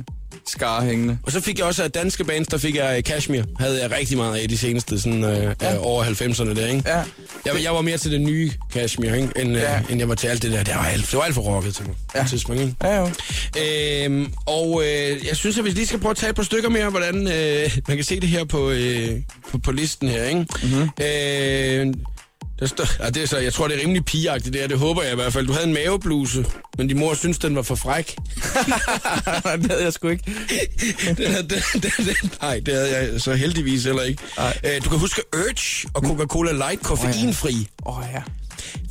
[SPEAKER 2] skar hængende.
[SPEAKER 1] Og så fik jeg også af danske bands, der fik jeg øh, Kashmir. Havde jeg rigtig meget af de seneste sådan, øh, ja. over 90'erne der, ikke?
[SPEAKER 2] Ja.
[SPEAKER 1] Jeg, jeg var mere til det nye Kashmir, ikke? End, ja.
[SPEAKER 2] Ja.
[SPEAKER 1] øh, end jeg var til alt det der. Det var alt, det var alt for rocket til mig. Ja. Tidspunkt, ikke?
[SPEAKER 2] Ja, jo.
[SPEAKER 1] Øhm, og øh, jeg synes, at vi lige skal prøve at tage et par stykker mere, hvordan øh, man kan se det her på, øh, på, på listen her, ikke?
[SPEAKER 2] Mhm.
[SPEAKER 1] Mm-hmm. Øh, der står, ah, det er så, jeg tror, det er rimelig pigeagtigt det her. Det håber jeg i hvert fald. Du havde en mavebluse, men din mor synes, den var for fræk.
[SPEAKER 2] Nej, det havde jeg sgu ikke.
[SPEAKER 1] den, er- den, den, den, nej, det havde jeg så heldigvis heller ikke.
[SPEAKER 2] Nej.
[SPEAKER 1] Øh, du kan huske Urge og Coca-Cola Light koffeinfri.
[SPEAKER 2] Åh, oh, ja.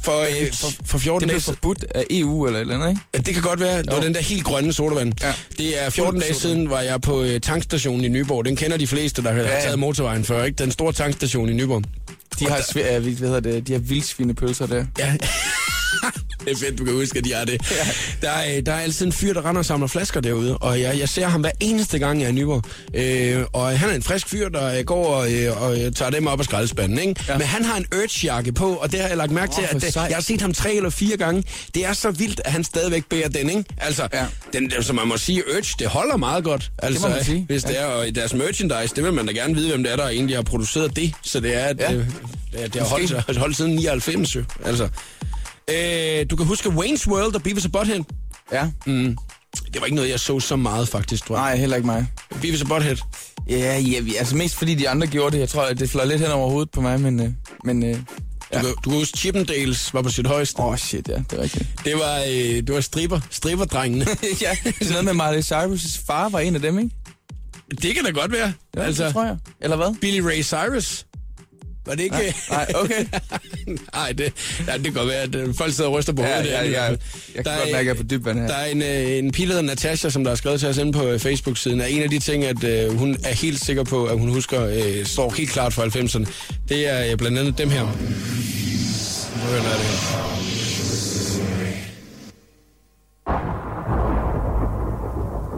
[SPEAKER 1] For, øh, for, for 14
[SPEAKER 2] Det
[SPEAKER 1] dage
[SPEAKER 2] blev
[SPEAKER 1] siden.
[SPEAKER 2] forbudt af EU eller et eller andet, ikke?
[SPEAKER 1] Ja, Det kan godt være. Det var den der helt grønne sodavand.
[SPEAKER 2] Ja.
[SPEAKER 1] Det er 14 dage
[SPEAKER 2] sodavand.
[SPEAKER 1] siden, var jeg på øh, tankstationen i Nyborg. Den kender de fleste, der har
[SPEAKER 2] ja.
[SPEAKER 1] taget motorvejen før, ikke? Den store tankstation i Nyborg.
[SPEAKER 2] De har, sv- øh, hvad hedder det, de har vildsvinepølser der.
[SPEAKER 1] Ja. Det er fedt, du kan huske, at de har det. Ja. Der, er, øh, der er altid en fyr, der render og samler flasker derude, og jeg, jeg ser ham hver eneste gang, jeg er i Nyborg. Øh, og han er en frisk fyr, der øh, går og, øh, og øh, tager dem op af skraldespanden. Ikke? Ja. Men han har en urge-jakke på, og det har jeg lagt mærke til,
[SPEAKER 2] Åh,
[SPEAKER 1] at
[SPEAKER 2] hvor
[SPEAKER 1] det,
[SPEAKER 2] sejt.
[SPEAKER 1] jeg har set ham tre eller fire gange. Det er så vildt, at han stadigvæk bærer den. Ikke? Altså, ja.
[SPEAKER 2] Ja.
[SPEAKER 1] den, som man må sige, urge, det holder meget godt. Altså,
[SPEAKER 2] man sige.
[SPEAKER 1] Hvis det er, og i deres merchandise, det vil man da gerne vide, hvem det er, der egentlig har produceret det. Så det er, at ja.
[SPEAKER 2] Ja.
[SPEAKER 1] øh, det, det har holdt, sig- holdt siden 99, jo. Altså, Øh, du kan huske Wayne's World og Beavis og Butthead.
[SPEAKER 2] Ja. Mm.
[SPEAKER 1] Det var ikke noget, jeg så så meget, faktisk, tror jeg.
[SPEAKER 2] Nej, heller ikke mig.
[SPEAKER 1] Beavis og Butthead.
[SPEAKER 2] Ja, ja, vi- altså mest fordi de andre gjorde det. Jeg tror, at det fløj lidt hen over hovedet på mig, men... Øh, men
[SPEAKER 1] Du,
[SPEAKER 2] øh, Ja.
[SPEAKER 1] kan, du kan huske Chippendales var på sit højeste.
[SPEAKER 2] Åh, oh, shit, ja, det er rigtigt.
[SPEAKER 1] Det var, øh, det var stripper, stripperdrengene.
[SPEAKER 2] ja, det er noget med Miley Cyrus' far var en af dem, ikke?
[SPEAKER 1] det kan da godt være.
[SPEAKER 2] Jo, altså, det tror jeg. Eller hvad?
[SPEAKER 1] Billy Ray Cyrus. Var det ikke...
[SPEAKER 2] Nej, okay.
[SPEAKER 1] Nej, det, nej, det kan godt være, at øh, folk sidder og ryster på
[SPEAKER 2] Ja,
[SPEAKER 1] hovedet.
[SPEAKER 2] ja, ja. Jeg kan
[SPEAKER 1] Der er,
[SPEAKER 2] godt mærke, at jeg er på dyb vand her.
[SPEAKER 1] Der er en, øh, en pige, der hedder Natasha, som der har skrevet til os inde på øh, Facebook-siden, at en af de ting, at øh, hun er helt sikker på, at hun husker, øh, står helt klart for 90'erne, det er øh, blandt andet dem her. Nu hører jeg det her.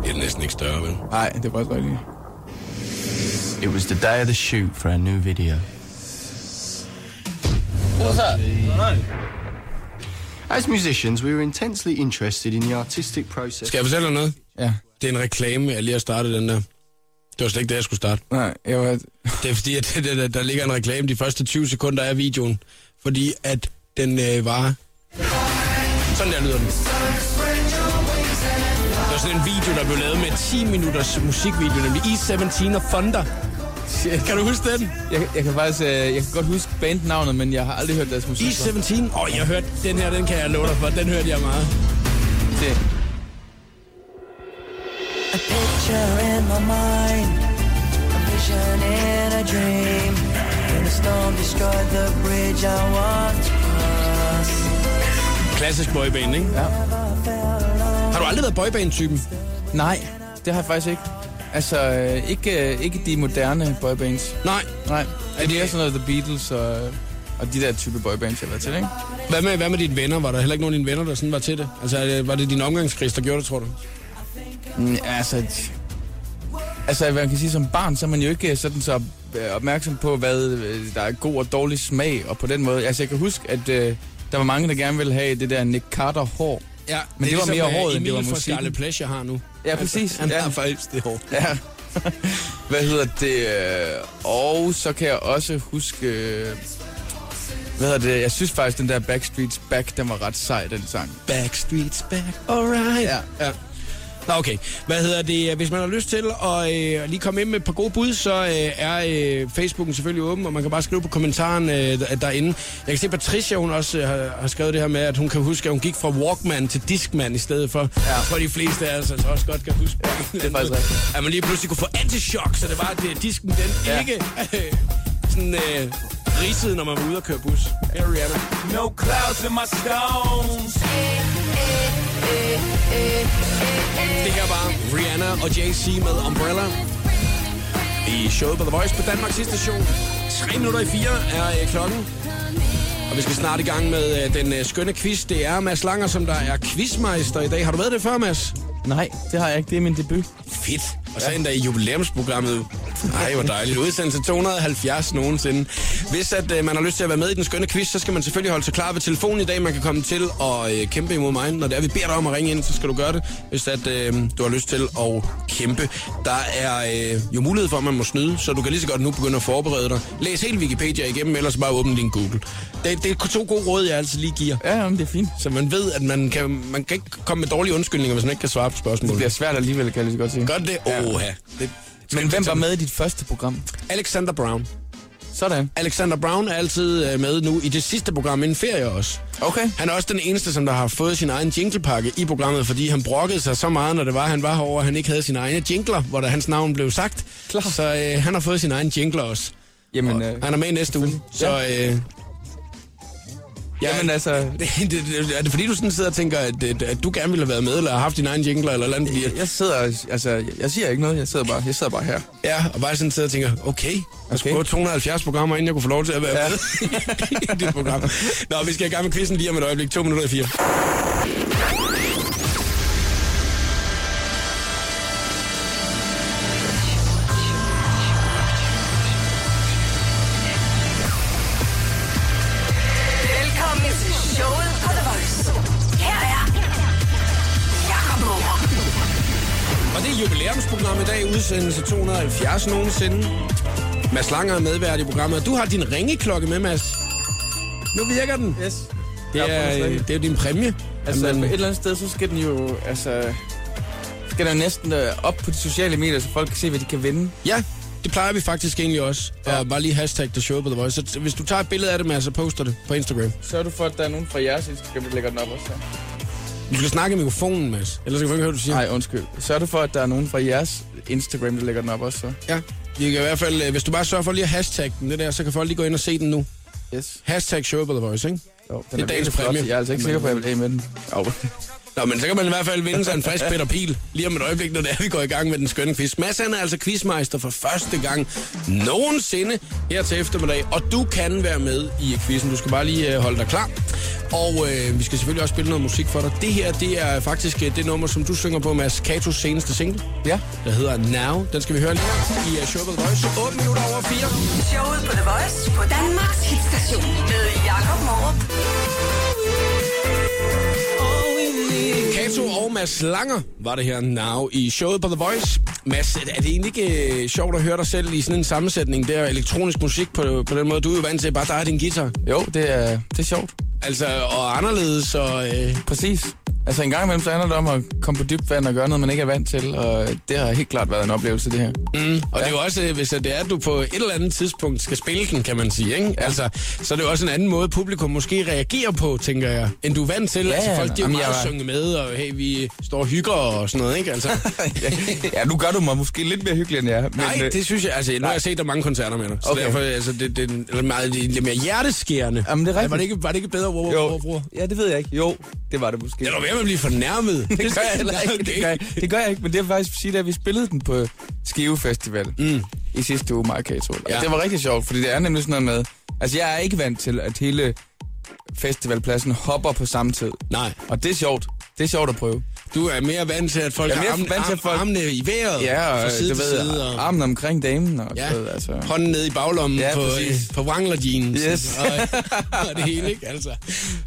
[SPEAKER 1] Det er næsten ikke større, vel?
[SPEAKER 2] Nej, det var også rigtigt.
[SPEAKER 8] It was the day of the shoot for our new video.
[SPEAKER 2] What's up?
[SPEAKER 8] As musicians, we were intensely interested in the artistic process.
[SPEAKER 1] Skal jeg fortælle dig noget?
[SPEAKER 2] Ja.
[SPEAKER 1] Det er en reklame, jeg lige har startet den der. Det var slet ikke det, jeg skulle starte.
[SPEAKER 2] Nej, jeg var...
[SPEAKER 1] Det er fordi, at der, der, der ligger en reklame de første 20 sekunder af videoen. Fordi at den øh, var... Sådan der lyder den. Det var sådan en video, der blev lavet med 10 minutters musikvideo, nemlig E17 og Thunder.
[SPEAKER 2] Shit.
[SPEAKER 1] Kan du huske den?
[SPEAKER 2] Jeg, jeg kan faktisk... Øh, jeg kan godt huske bandnavnet, men jeg har aldrig hørt deres musik. før.
[SPEAKER 1] E17? Åh, oh, jeg hørte den her, den kan jeg love dig for. Den hørte jeg meget.
[SPEAKER 2] Det.
[SPEAKER 4] Picture in my mind, a vision in a dream. When the storm destroyed the bridge I walked across.
[SPEAKER 1] Klassisk boyband, ikke?
[SPEAKER 2] Ja.
[SPEAKER 1] Har du aldrig været boyband-typen?
[SPEAKER 2] Nej, det har jeg faktisk ikke. Altså, øh, ikke, øh, ikke de moderne boybands.
[SPEAKER 1] Nej.
[SPEAKER 2] Nej,
[SPEAKER 1] Er
[SPEAKER 2] er
[SPEAKER 1] det-
[SPEAKER 2] det er sådan noget The Beatles og, og de der type boybands, jeg har været til, ikke?
[SPEAKER 1] Hvad med, hvad med dine venner? Var der heller ikke nogen af dine venner, der sådan var til det? Altså, er det- var det din omgangskreds, der gjorde det, tror du?
[SPEAKER 2] Mm, altså, t- altså, hvad man kan sige, som barn, så er man jo ikke øh, sådan så øh, opmærksom på, hvad øh, der er god og dårlig smag, og på den måde. Altså, jeg kan huske, at øh, der var mange, der gerne ville have det der Nick Carter-hår.
[SPEAKER 1] Ja,
[SPEAKER 2] Men det var mere
[SPEAKER 1] øh,
[SPEAKER 2] håret, end det
[SPEAKER 1] Emil fra
[SPEAKER 2] var musikken.
[SPEAKER 1] Scarlet Pleasure har nu.
[SPEAKER 2] Ja, præcis.
[SPEAKER 1] Han
[SPEAKER 2] Ja.
[SPEAKER 1] har faktisk det hår.
[SPEAKER 2] Ja. hvad hedder det? øh, Og så kan jeg også huske... øh, Hvad hedder det? Jeg synes faktisk, den der Backstreet's Back, den var ret sej, den sang.
[SPEAKER 1] Backstreet's back, alright. Ja. ja. Nå, okay. Hvad hedder det? Hvis man har lyst til at øh, lige komme ind med et par gode bud, så øh, er øh, Facebooken selvfølgelig åben, og man kan bare skrive på kommentaren øh, der- derinde. Jeg kan se, Patricia, hun også øh, har, har skrevet det her med, at hun kan huske, at hun gik fra Walkman til Discman i stedet for. Ja. Jeg tror, de fleste af os altså, også godt kan huske. Ja,
[SPEAKER 2] det er faktisk rigtigt.
[SPEAKER 1] At man lige pludselig kunne få antishock, så det var, at øh, disken den ja.
[SPEAKER 2] Ja.
[SPEAKER 1] ikke øh, sådan... Øh, riset, når man var ude og køre bus. Her er Rihanna.
[SPEAKER 9] No clouds in my stones.
[SPEAKER 1] Det her var Rihanna og Jay-Z med Umbrella. I showet på The Voice på Danmarks sidste station. 3 minutter i 4 er øh, klokken. Og vi skal snart i gang med øh, den øh, skønne quiz. Det er Mads Langer, som der er quizmeister i dag. Har du været det før, Mads?
[SPEAKER 2] Nej, det har jeg ikke. Det er min debut.
[SPEAKER 1] Fedt. Og så endda i jubilæumsprogrammet. Ej, hvor dejligt. Udsendelse 270 nogensinde. Hvis at, øh, man har lyst til at være med i den skønne quiz, så skal man selvfølgelig holde sig klar ved telefonen i dag. Man kan komme til og øh, kæmpe imod mig. Når det er, vi beder dig om at ringe ind, så skal du gøre det, hvis at, øh, du har lyst til at kæmpe. Der er øh, jo mulighed for, at man må snyde, så du kan lige så godt nu begynde at forberede dig. Læs hele Wikipedia igennem, ellers bare åbn din Google. Det, det er to gode råd, jeg altid lige giver.
[SPEAKER 2] Ja, jamen, det er fint.
[SPEAKER 1] Så man ved, at man kan, man kan ikke komme med dårlige undskyldninger, hvis man ikke kan svare på
[SPEAKER 2] Det
[SPEAKER 1] spørgsmålet.
[SPEAKER 2] bliver svært alligevel, kan jeg lige så godt sige.
[SPEAKER 1] Gør det? Oha. Det,
[SPEAKER 2] Men hvem var med i dit første program?
[SPEAKER 1] Alexander Brown.
[SPEAKER 2] Sådan.
[SPEAKER 1] Alexander Brown er altid øh, med nu i det sidste program, en ferie også.
[SPEAKER 2] Okay.
[SPEAKER 1] Han er også den eneste, som der har fået sin egen jinglepakke i programmet, fordi han brokkede sig så meget, når det var, han var herovre, at han ikke havde sine egne jingler, hvor der hans navn blev sagt.
[SPEAKER 2] Klar.
[SPEAKER 1] Så øh, han har fået sin egen jingler også. Og
[SPEAKER 2] Jamen, øh,
[SPEAKER 1] han er med i næste uge. Så, øh, ja,
[SPEAKER 2] jamen altså...
[SPEAKER 1] det, det, det, er det fordi, du sådan sidder og tænker, at, at, at du gerne ville have været med, eller har haft din egen jingler, eller et eller andet? Fordi, at-
[SPEAKER 2] Jeg sidder... Altså, jeg- jeg siger ikke noget. Jeg sidder bare, jeg sidder bare her.
[SPEAKER 1] Ja, og bare sådan sidder og tænker, okay, jeg skulle
[SPEAKER 2] Okay.
[SPEAKER 1] gå 270 programmer, inden jeg kunne få lov til at være
[SPEAKER 2] Ja.
[SPEAKER 1] med i det program. Nå, vi skal i gang med quizzen lige om et øjeblik, to minutter i fire.
[SPEAKER 7] Velkommen til showet på The Voice. Her er Jakob Morup.
[SPEAKER 1] Og det er jubilæumsprogram i dag, udsendelse 270 nogensinde. Mads Langer er medvært i programmet, og du har din ringeklokke med, Mads. Nu virker den.
[SPEAKER 2] Yes.
[SPEAKER 1] Det er, øh, det er jo din præmie.
[SPEAKER 2] Altså,
[SPEAKER 1] Jamen,
[SPEAKER 2] Jamen. et eller andet sted, så skal den jo, altså... Skal den jo næsten øh, op på de sociale medier, så folk kan se, hvad de kan vinde.
[SPEAKER 1] Ja, det plejer vi faktisk egentlig også. Ja. Og bare lige hashtag det show på The Voice. Så hvis du tager et billede af det, Mads, så poster det på Instagram.
[SPEAKER 2] Sørg du for, at der er nogen fra jeres Instagram, der lægger den op også.
[SPEAKER 1] Du skal snakke i mikrofonen, Mads. Ellers kan du ikke høre, hvad du siger.
[SPEAKER 2] Nej, undskyld. Sørg du for, at der er nogen fra jeres Instagram, der lægger den op også. så.
[SPEAKER 1] Ja, vi kan i hvert fald, øh, hvis du bare sørger for lige at hashtag den det der, så kan folk lige gå ind og se den nu.
[SPEAKER 2] Yes.
[SPEAKER 1] Hashtag show på The Voice, ikke?
[SPEAKER 2] Jo, den
[SPEAKER 1] Det er dagens
[SPEAKER 2] virkelig flot.
[SPEAKER 1] præmie.
[SPEAKER 2] Jeg er altså ikke sikker på, at jeg vil af med den. Jo.
[SPEAKER 1] Nå, men så kan man i hvert fald vinde sig en frisk Peter Pil lige om et øjeblik, når det er, vi går i gang med den skønne quiz. Mads, han er altså quizmeister for første gang nogensinde her til eftermiddag, og du kan være med i quizzen. Du skal bare lige øh, holde dig klar. Og øh, vi skal selvfølgelig også spille noget musik for dig. Det her, det er faktisk øh, det nummer, som du synger på, Mads Katos seneste single,
[SPEAKER 2] Ja.
[SPEAKER 1] der hedder Now. Den skal vi høre lige her i øh, Show på The Voice. 8 minutter over 4.
[SPEAKER 7] Showet på The Voice på Danmarks hitstation med Jakob Morup.
[SPEAKER 1] Kato og Mads Langer var det her now i showet på The Voice. Mads, er det egentlig ikke øh, sjovt at høre dig selv i sådan en sammensætning der elektronisk musik på, på den måde? Du er jo vant til bare dig og din guitar.
[SPEAKER 2] Jo, det er, det er sjovt.
[SPEAKER 1] Altså, og anderledes, og øh,
[SPEAKER 2] Præcis. Altså en gang imellem, så handler det om at komme på dybt vand og gøre noget, man ikke er vant til. Og det har helt klart været en oplevelse, det her.
[SPEAKER 1] Og det er jo også, øh, hvis at det er, at du på et eller andet tidspunkt skal spille den, kan man sige, ikke? Altså, så er det jo også en anden måde, publikum måske reagerer på, tænker jeg, end du er vant til. Ja,
[SPEAKER 2] Ja,
[SPEAKER 1] altså, folk de er jo
[SPEAKER 2] jamen,
[SPEAKER 1] meget
[SPEAKER 2] jeg-
[SPEAKER 1] synge med, og hey, vi står og hygger og sådan noget, ikke? Altså,
[SPEAKER 2] ja, nu gør du mig måske lidt mere hyggelig, end jeg er. men,
[SPEAKER 1] Nej,
[SPEAKER 2] øh,
[SPEAKER 1] det synes jeg, altså nu har jeg set dig mange koncerter med dig, så okay.
[SPEAKER 2] Okay.
[SPEAKER 1] derfor, altså det, det, det er meget, det er lidt mere hjerteskærende.
[SPEAKER 2] Jamen, det er rigtigt.
[SPEAKER 1] var det ikke, var det ikke bedre, hvor, hvor,
[SPEAKER 2] Jo.
[SPEAKER 1] hvor,
[SPEAKER 2] Ja, det ved jeg ikke. Jo, det var det måske.
[SPEAKER 1] Jeg er du ved med at blive fornærmet.
[SPEAKER 2] det gør jeg heller ikke.
[SPEAKER 1] Okay.
[SPEAKER 2] Det gør jeg, det gør jeg ikke, men det er faktisk sige, at vi spillede den på Skive Festival mm. i sidste uge, mig og Kato.
[SPEAKER 1] Ja.
[SPEAKER 2] Ja. Det var rigtig sjovt, fordi det er nemlig sådan noget med... Altså, jeg er ikke vant til, at hele festivalpladsen hopper på samme tid.
[SPEAKER 1] Nej,
[SPEAKER 2] Og det er sjovt. Det er sjovt at prøve.
[SPEAKER 1] du er mere vant til, at folk
[SPEAKER 2] Jeg er
[SPEAKER 1] har
[SPEAKER 2] mere
[SPEAKER 1] armen,
[SPEAKER 2] vant til, at
[SPEAKER 1] arm,
[SPEAKER 2] folk-
[SPEAKER 1] armene i vejret
[SPEAKER 2] Ja, og
[SPEAKER 1] fra
[SPEAKER 2] øh,
[SPEAKER 1] side
[SPEAKER 2] du
[SPEAKER 1] til
[SPEAKER 2] ved,
[SPEAKER 1] side. Og,
[SPEAKER 2] armen omkring damen og
[SPEAKER 1] ja,
[SPEAKER 2] sådan noget, altså.
[SPEAKER 1] hånden ned i baglommen
[SPEAKER 2] Ja,
[SPEAKER 1] på,
[SPEAKER 2] præcis.
[SPEAKER 1] øh, på wrangler
[SPEAKER 2] Yes.
[SPEAKER 1] og, og det hele, ikke? Altså,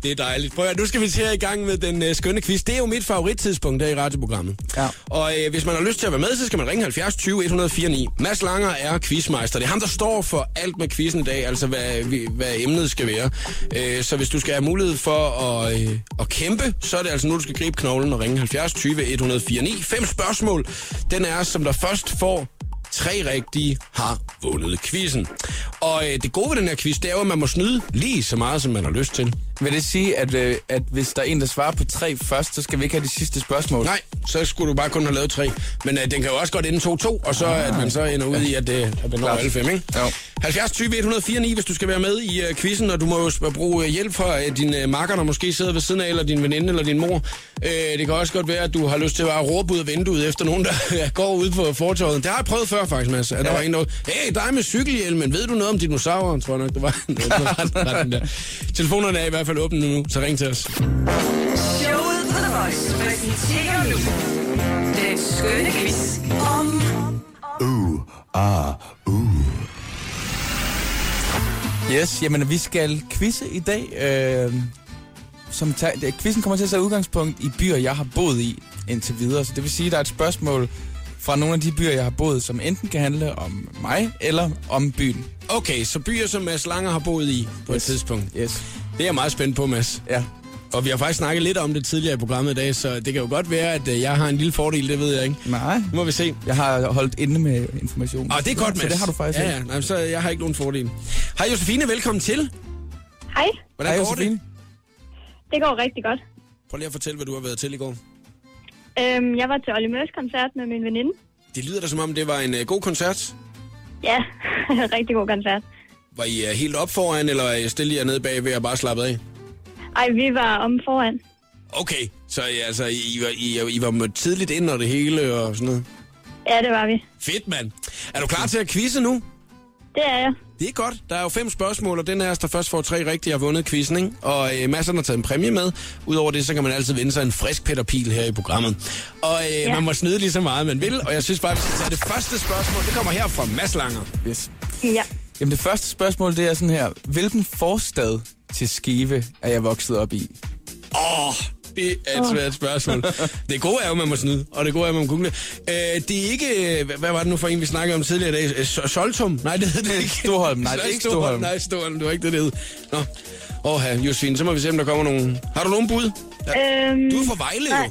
[SPEAKER 1] det er dejligt. Prøv at, høre, nu skal vi til at i gang med den øh, skønne quiz. Det er jo mit favorittidspunkt her i radioprogrammet.
[SPEAKER 2] Ja.
[SPEAKER 1] Og øh, hvis man har lyst til at være med, så skal man ringe 70 20 1049. Mads Langer er quizmeister. Det er ham, der står for alt med quizzen i dag, altså hvad, vi- hvad emnet skal være. Øh, så hvis du skal have mulighed for at, øh, at kæmpe, så er det altså nu, du skal gribe knoglen og ringe 70 20 1049. Fem spørgsmål. Den er, som der først får tre rigtige har vundet quizzen. Og øh, det gode ved den her quiz, det er jo, at man må snyde lige så meget, som man har lyst til.
[SPEAKER 2] Vil det sige, at, øh, at hvis der er en, der svarer på tre først, så skal vi ikke have det sidste spørgsmål?
[SPEAKER 1] Nej, så skulle du bare kun have lavet tre. Men øh, den kan jo også godt ende 2-2, og så at man så ender ud i, at, øh, at den når
[SPEAKER 2] Klart.
[SPEAKER 1] alle fem, ikke?
[SPEAKER 2] Jo.
[SPEAKER 1] 70 20 104 9, hvis du skal være med i øh, quizzen, og du må jo sp- bruge øh, hjælp fra øh, din øh, makker, der måske sidder ved siden af, eller din veninde, eller din mor. Øh, det kan også godt være, at du har lyst til at bare råbe ud af vinduet efter nogen, der går ud på fortorvet. Det har jeg prøvet før, faktisk, Mads, at der
[SPEAKER 2] Ja.
[SPEAKER 1] var en, der var, hey, dig med cykelhjelmen, ved du noget om dinosaurer? Tror jeg nok, det var. Det var den der. Telefonerne er i hvert fald åbne nu, så ring til os.
[SPEAKER 7] Showet på The Voice præsenterer nu den skønne quiz om
[SPEAKER 2] Yes, jamen vi skal quizze i dag. Øh, som ta- det- quizzen kommer til at tage udgangspunkt i byer, jeg har boet i indtil videre. Så det vil sige, at der er et spørgsmål fra nogle af de byer, jeg har boet, som enten kan handle om mig eller om byen.
[SPEAKER 1] Okay, så byer, som Mads Langer har boet i på et
[SPEAKER 2] Yes.
[SPEAKER 1] tidspunkt.
[SPEAKER 2] Yes.
[SPEAKER 1] Det er jeg meget spændt på, Mads.
[SPEAKER 2] Ja.
[SPEAKER 1] Og vi har faktisk snakket lidt om det tidligere i programmet i dag, så det kan jo godt være, at øh, jeg har en lille fordel, det ved jeg ikke.
[SPEAKER 2] Nej.
[SPEAKER 1] Nu må vi se.
[SPEAKER 2] Jeg har holdt inde med information.
[SPEAKER 1] Og Ah, det er godt, Mads.
[SPEAKER 2] Så det har du faktisk
[SPEAKER 1] Ja,
[SPEAKER 2] ikke.
[SPEAKER 1] ja. Nej, men så jeg har ikke nogen fordel. Hej Josefine, velkommen til.
[SPEAKER 10] Hej,
[SPEAKER 1] Hvordan
[SPEAKER 2] Hej,
[SPEAKER 1] går
[SPEAKER 2] Josefine.
[SPEAKER 1] det?
[SPEAKER 10] det går rigtig godt.
[SPEAKER 1] Prøv lige at fortælle, hvad du har været til i går.
[SPEAKER 10] Øhm, jeg var til Olly Mørs koncert med min veninde.
[SPEAKER 1] Det lyder da som om, det var en øh, god koncert.
[SPEAKER 10] Ja, rigtig god koncert.
[SPEAKER 1] Var I øh, helt op foran, eller øh, stille jer nede bagved og bare slappet af?
[SPEAKER 10] Ej, vi var om foran.
[SPEAKER 1] Okay, så øh, altså, I, var, I, I var mødt tidligt ind og det hele og sådan noget.
[SPEAKER 10] Ja, det var vi.
[SPEAKER 1] Fedt, mand. Er du klar til at quizze nu?
[SPEAKER 10] Det er jeg.
[SPEAKER 1] Det er godt. Der er jo fem spørgsmål, og den af os, der først får tre rigtige, har vundet quizzen, ikke? Og øh, masserne har taget en præmie med. Udover det, så kan man altid vinde sig en frisk Peter Pil her i programmet. Og øh, ja. man må snyde lige så meget, man vil. Og jeg synes bare, vi skal tage det første spørgsmål. Det kommer her fra Mads Langer.
[SPEAKER 2] Yes.
[SPEAKER 10] Ja.
[SPEAKER 2] Jamen det første spørgsmål, det er sådan her. Hvilken forstad til Skive er jeg vokset op i?
[SPEAKER 1] Åh, oh, det er et svært spørgsmål. Det gode er jo, at man må snyde, og det gode er, at man må google. Øh, det er ikke... øh, Hvad hvad var det nu for en, vi snakkede om tidligere i dag? Øh, Sol- Soltum? Nej, det hed det ikke.
[SPEAKER 2] Storholm. Nej,
[SPEAKER 1] Så
[SPEAKER 2] det er ikke Storholm.
[SPEAKER 1] Nej, Storholm. Det var ikke det, det hed. Nå. Åh, oh, Josefine, så må vi se, om der kommer nogen. Har du nogen bud?
[SPEAKER 10] Øhm,
[SPEAKER 1] Du er fra Vejle, jo.
[SPEAKER 10] nej.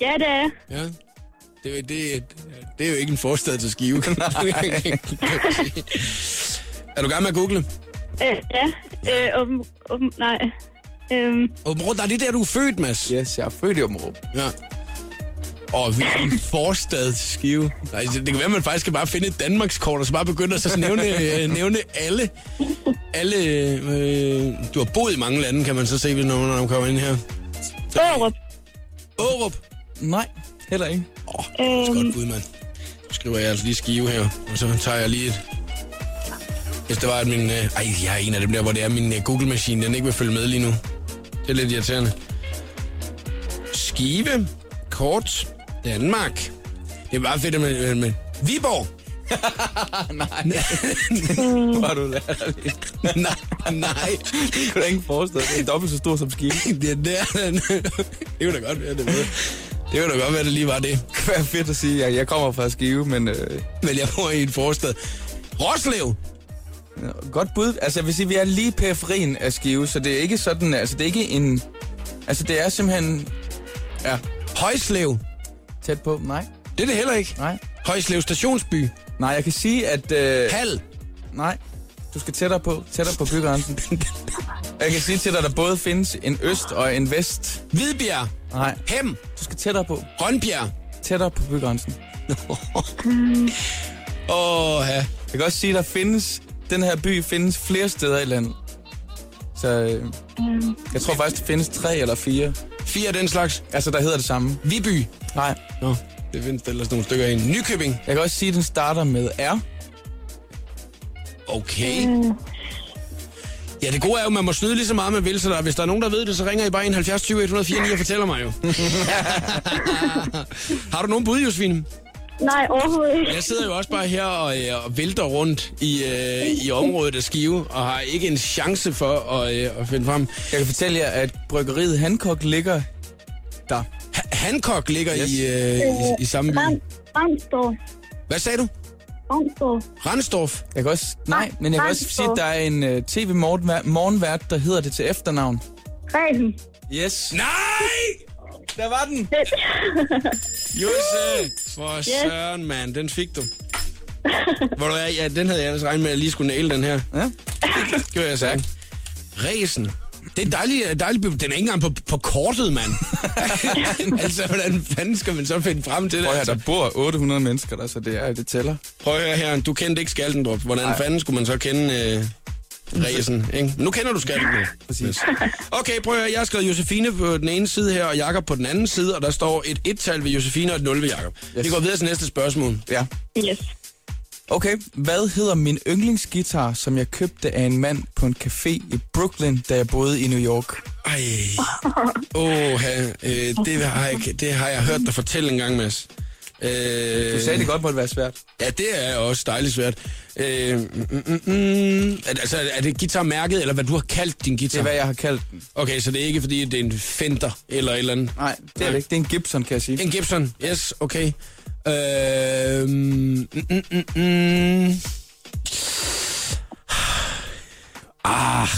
[SPEAKER 10] Ja, det er jeg.
[SPEAKER 1] Ja. Det, er jo- det, det er jo ikke en forstad til Skive. er du i gang med at google?
[SPEAKER 10] Øh, ja. Øh, åben, åben, nej. Øhm,
[SPEAKER 1] Og bror, der er det der, du er født, Mads.
[SPEAKER 2] Yes, jeg er født i Omrup.
[SPEAKER 1] Ja. Og vi er en forstad til Skive. Nej, det det kan være, man faktisk kan bare finde et Danmarkskort, og så bare begynde at så nævne, øh, nævne alle. alle øh, du har boet i mange lande, kan man så se, når man kommer ind her.
[SPEAKER 10] Borup.
[SPEAKER 1] Årup.
[SPEAKER 2] Nej, heller ikke.
[SPEAKER 1] Det
[SPEAKER 10] Øhm,
[SPEAKER 1] er
[SPEAKER 8] Mm.
[SPEAKER 1] godt bud, mand. Nu skriver jeg altså lige skive her, og så tager jeg lige et... Hvis det var, at min... Øh, ej, jeg er en af dem der, hvor det er min øh, Google-maskine, den ikke vil følge med lige nu. Det er lidt irriterende. Skive, kort, Danmark. Det er bare fedt med... med, med. Viborg!
[SPEAKER 2] Var Mm. du lærerlig?
[SPEAKER 1] nej, nej.
[SPEAKER 2] Det kunne da ikke forestille dig. Det er dobbelt så stor som Skive.
[SPEAKER 1] Det er der. det kunne da godt være, det var. Det kunne da godt være, det lige var det.
[SPEAKER 2] Det kunne være fedt at sige, at jeg kommer fra Skive, men øh,
[SPEAKER 1] Men jeg bor i en forstad. Roslev!
[SPEAKER 2] godt bud. Altså, jeg vil sige, at vi er lige i periferien af Skive, så det er ikke sådan, altså det er ikke en... Altså, det er simpelthen
[SPEAKER 1] Ja. Højslev.
[SPEAKER 2] tæt på. Nej,
[SPEAKER 1] Det er det heller ikke.
[SPEAKER 2] nej.
[SPEAKER 1] Højslev stationsby.
[SPEAKER 2] Nej, jeg kan sige, at... Øh,
[SPEAKER 1] Hal.
[SPEAKER 2] nej, du skal tættere på, tættere på bygrænsen. jeg kan sige til dig, at der både findes en øst og en vest.
[SPEAKER 1] Hvidbjerg,
[SPEAKER 2] Nej,
[SPEAKER 1] Hem,
[SPEAKER 2] du skal tættere på,
[SPEAKER 1] Rønbjerg.
[SPEAKER 2] tættere på bygrænsen.
[SPEAKER 1] Åh, ja.
[SPEAKER 2] Jeg kan også sige, at der findes, den her by findes flere steder i landet. Så øh, jeg tror faktisk, der findes tre eller fire.
[SPEAKER 1] Fire af den slags.
[SPEAKER 2] Altså, der hedder det samme.
[SPEAKER 1] Viby.
[SPEAKER 2] Nej.
[SPEAKER 1] Nå, det findes der ellers nogle stykker ind. Nykøbing.
[SPEAKER 2] Jeg kan også sige, at den starter med R.
[SPEAKER 1] Okay. Ja, det gode er jo, at man må snyde lige så meget, man vil, så der, hvis der er nogen, der ved det, så ringer I bare ind 70 20 104 9 og fortæller mig jo. Har du nogen bud, Josefine?
[SPEAKER 10] nej, overhovedet ikke.
[SPEAKER 1] Jeg sidder jo også bare her og, øh, og vælter rundt i, øh, i området af Skive, og har ikke en chance for at, øh, at finde frem.
[SPEAKER 2] Jeg kan fortælle jer, at bryggeriet Hancock ligger der.
[SPEAKER 1] Ha- Hancock ligger yes.
[SPEAKER 2] Yes.
[SPEAKER 1] i, øh, i, i samme by.
[SPEAKER 10] Ramsdorf.
[SPEAKER 1] Hvad sagde du?
[SPEAKER 10] Ramsdorf.
[SPEAKER 1] Randstorf?
[SPEAKER 2] Jeg kan også, nej, men jeg kan
[SPEAKER 10] Ah, nej,
[SPEAKER 2] også
[SPEAKER 10] det
[SPEAKER 2] sige, at
[SPEAKER 10] står-
[SPEAKER 2] der er en uh, tv-morgenvært, der hedder det til efternavn.
[SPEAKER 10] Reben.
[SPEAKER 2] Yes.
[SPEAKER 1] Nej!
[SPEAKER 2] Der var den.
[SPEAKER 1] Jose, for yes. søren, mand. Den fik du. Hvor du er, ja, den havde jeg ellers regnet med, at jeg lige skulle næle den her. Ja. Det gjorde jeg sagt. Ræsen. Det er dejligt, øh, dejligt. Den er ikke engang på, på kortet, mand. altså, hvordan fanden skal man så finde frem til det?
[SPEAKER 2] Prøv at
[SPEAKER 1] altså?
[SPEAKER 2] høre, der bor 800 mennesker der, så det, er, det tæller.
[SPEAKER 1] Prøv at høre her, du kendte ikke Skaldendrup. Hvordan
[SPEAKER 2] Nej.
[SPEAKER 1] fanden skulle man så kende øh, Ræsen? Ikke? Nu kender du Skaldendrup. Præcis. Okay, prøv at høre, jeg har skrevet Josefine på den ene side her, og Jakob på den anden side, og der står et 1-tal ved Josefine og et 0 ved Jakob. Yes. Vi går videre til næste spørgsmål.
[SPEAKER 2] Ja.
[SPEAKER 10] Yes.
[SPEAKER 2] Okay, hvad hedder min yndlingsgitar, som jeg købte af en mand på en café i Brooklyn, da jeg boede i New York?
[SPEAKER 1] Ej, åh, øh, det, har jeg, det har jeg hørt dig fortælle en gang, Mads. Øh,
[SPEAKER 2] Du sagde, det godt måtte være svært.
[SPEAKER 1] Ja, det er også dejligt svært. Øh, mm, mm, mm, Er- altså, er det guitarmærket, eller hvad du har kaldt din
[SPEAKER 2] Det
[SPEAKER 1] guitar?
[SPEAKER 2] er, hvad jeg har kaldt den.
[SPEAKER 1] Okay, så det er ikke, fordi det er en Fender eller et eller andet.
[SPEAKER 2] Nej, det er det ikke. Det er en Gibson, kan jeg sige.
[SPEAKER 1] En Gibson, yes, okay. Øh, mm, mm, mm, mm. Ah.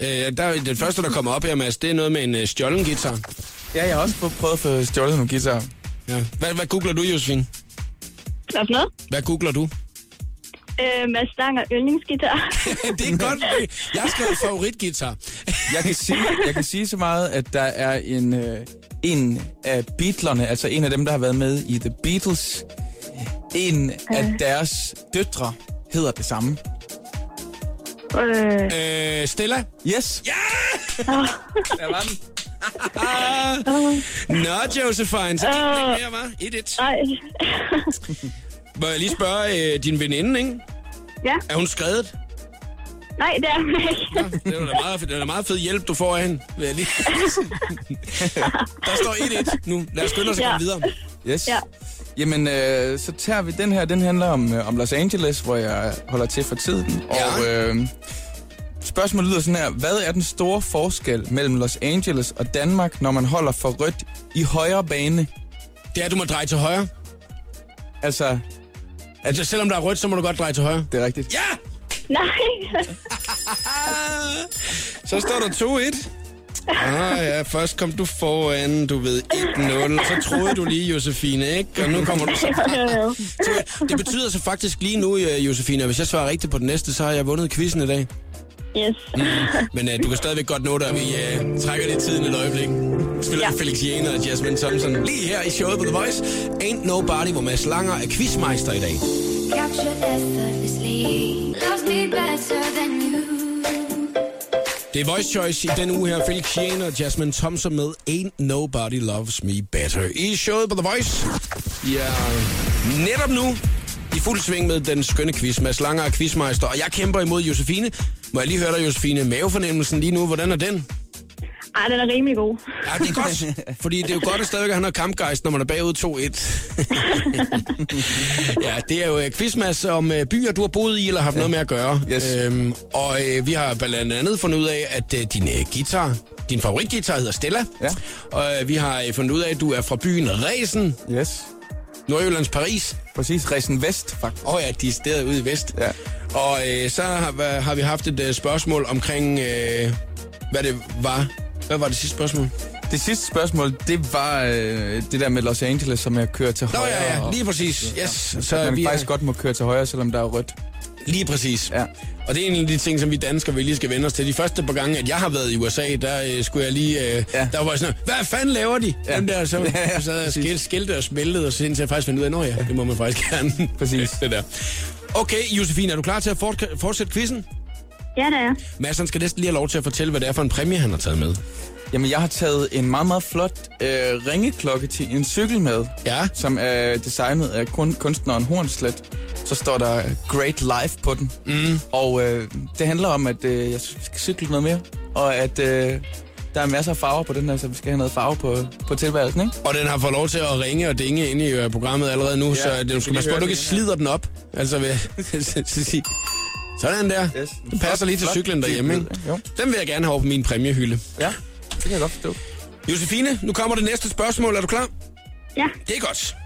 [SPEAKER 1] Øh, der, den første, der kommer op her, Mads, det er noget med en øh, stjålen guitar.
[SPEAKER 2] Ja, jeg har også prøvet at få stjålet nogle guitar.
[SPEAKER 1] Ja. Hvad, hvad googler du, Josefine?
[SPEAKER 10] Hvad for noget?
[SPEAKER 1] Hvad googler du?
[SPEAKER 10] Øh, Mads Stang og yndlingsgitar.
[SPEAKER 1] det er godt. Jeg skal have favoritgitar.
[SPEAKER 2] Jeg kan sige, jeg kan sige så meget, at der er en, øh, en af Beatlerne, altså en af dem, der har været med i The Beatles, en af deres døtre hedder det samme.
[SPEAKER 10] øh,
[SPEAKER 1] Øh, Stella?
[SPEAKER 2] Yes! Ja! Der var den.
[SPEAKER 1] Nå, Josephine, så gik den
[SPEAKER 10] Øh.
[SPEAKER 1] ikke mere, var? Et, et.
[SPEAKER 10] nej.
[SPEAKER 1] Må jeg lige spørge øh, din veninde, ikke?
[SPEAKER 10] ja,
[SPEAKER 1] Er hun skrevet?
[SPEAKER 10] nej, det er hun ikke.
[SPEAKER 1] Det er da meget, det er da meget fed hjælp, du får af hende. vil jeg lige sige. Der står 1-1 nu. Lad os skynde os at komme
[SPEAKER 10] Ja.
[SPEAKER 1] videre.
[SPEAKER 2] Yes.
[SPEAKER 10] Ja.
[SPEAKER 2] Jamen, øh, så tager vi den her. Den handler om, øh, om Los Angeles, hvor jeg holder til for tiden. Og
[SPEAKER 1] Ja.
[SPEAKER 2] øh, spørgsmålet lyder sådan her. Hvad er den store forskel mellem Los Angeles og Danmark, når man holder for rødt i højre bane?
[SPEAKER 1] Det er, at du må dreje til højre.
[SPEAKER 2] Altså,
[SPEAKER 1] Altså, selvom der er rødt, så må du godt dreje til højre.
[SPEAKER 2] det er rigtigt.
[SPEAKER 1] Ja!
[SPEAKER 10] nej.
[SPEAKER 1] Så står der 2-1. Ah ja, først kom du foran, du ved 1-0, så troede du lige, Josefine, ikke? Og nu kommer du så Så Det betyder så faktisk lige nu, øh, Josefine, at hvis jeg svarer rigtigt på den næste, så har jeg vundet quizzen i dag.
[SPEAKER 10] yes.
[SPEAKER 1] Men øh, du kan stadigvæk godt nå dig, at vi øh, trækker lidt tiden et øjeblik. Spiller ja. Felix Jene og Jasmine Thompson lige her i showet på The Voice. Ain't Nobody, hvor Mads Langer er quizmeister i dag.
[SPEAKER 5] Capture effortlessly. Loves me better than you.
[SPEAKER 1] Det er Voice Choice i den uge her. Felix Jene og Jasmine Thompson med Ain't Nobody Loves Me Better. I showet på The Voice. Ja, netop nu i fuld sving med den skønne quiz. Mads Langer er quizmeister, og jeg kæmper imod Josefine. Må jeg lige høre dig, Josefine, mavefornemmelsen lige nu, hvordan er den?
[SPEAKER 10] Ej, den er rimelig god.
[SPEAKER 1] Ja, det er godt. Fordi det er jo godt, at stadigvæk han har kampgejst, når man er bagud 2-1. ja, det er jo øh, quizmas om øh, byer, du har boet i eller haft noget med at gøre.
[SPEAKER 2] Yes.
[SPEAKER 1] Øhm, og øh, vi har blandt andet fundet ud af, at øh, din øh, guitar, din favoritguitar hedder Stella.
[SPEAKER 2] Ja.
[SPEAKER 1] Og øh, vi har øh, fundet ud af, at du er fra byen Resen,
[SPEAKER 2] Yes.
[SPEAKER 1] Nordjyllands Paris.
[SPEAKER 2] Præcis. Resen Vest, faktisk.
[SPEAKER 1] Åh oh ja, de er stedet ude i vest.
[SPEAKER 2] Ja.
[SPEAKER 1] Og øh, så har, hva- har vi haft et øh, spørgsmål omkring, øh, hvad det var. Hvad var det sidste spørgsmål?
[SPEAKER 2] Det sidste spørgsmål, det var øh, det der med Los Angeles, som jeg kører til
[SPEAKER 1] Nå
[SPEAKER 2] højre.
[SPEAKER 1] ja, ja,
[SPEAKER 2] og-
[SPEAKER 1] lige præcis. Yes. Så
[SPEAKER 2] man
[SPEAKER 1] vi
[SPEAKER 2] faktisk godt må køre til højre, selvom der er rødt.
[SPEAKER 1] Lige præcis.
[SPEAKER 2] Ja.
[SPEAKER 1] Og det er en af de ting, som vi danskere vi lige skal vende os til. De første par gange, at jeg har været i USA, der øh, skulle jeg lige... Øh, ja.
[SPEAKER 2] Ja.
[SPEAKER 1] Der var jeg sådan, hvad fanden laver de? Ja.
[SPEAKER 2] Ja.
[SPEAKER 1] Dem der, så
[SPEAKER 2] Ja, ja,
[SPEAKER 1] ja, sad og
[SPEAKER 2] præcis.
[SPEAKER 1] skil, skilte og smeltede, og så indtil jeg faktisk fandt ud af, nå ja, det må man faktisk gerne.
[SPEAKER 2] Præcis.
[SPEAKER 1] det der. Okay, Josefine, er du klar til at fort- fortsætte quizzen?
[SPEAKER 10] Ja, det er.
[SPEAKER 1] Mads, han skal næsten lige have lov til at fortælle, hvad det er for en præmie, han har taget med.
[SPEAKER 2] Jamen, jeg har taget en meget, meget flot øh, ringeklokke til en cykel med,
[SPEAKER 1] Ja.
[SPEAKER 2] som er designet af kun, kunstneren Hornslet. Så står der Great Life på den. Mm. Og øh, det handler om, at øh, jeg skal cykle noget mere, og at øh, der er masser af farver på den her, så vi skal have noget farve på, på tilværelsen, ikke?
[SPEAKER 1] Og den har fået lov til at ringe og dinge ind i øh, programmet allerede nu, ja, så øh,
[SPEAKER 2] vi
[SPEAKER 1] du
[SPEAKER 2] kan
[SPEAKER 1] skal
[SPEAKER 2] lige
[SPEAKER 1] passe på,
[SPEAKER 2] høre
[SPEAKER 1] at du
[SPEAKER 2] det
[SPEAKER 1] ikke
[SPEAKER 2] igen
[SPEAKER 1] slider den op. Altså, ved, sådan der.
[SPEAKER 2] Yes.
[SPEAKER 1] Den passer lige til
[SPEAKER 2] Flot.
[SPEAKER 1] cyklen derhjemme, ikke?
[SPEAKER 2] Jo.
[SPEAKER 1] Den vil jeg gerne have på min præmiehylde.
[SPEAKER 2] Ja, det kan jeg godt forstå.
[SPEAKER 1] Josefine, nu kommer det næste spørgsmål. Er du klar?
[SPEAKER 10] Ja.
[SPEAKER 1] Det er godt.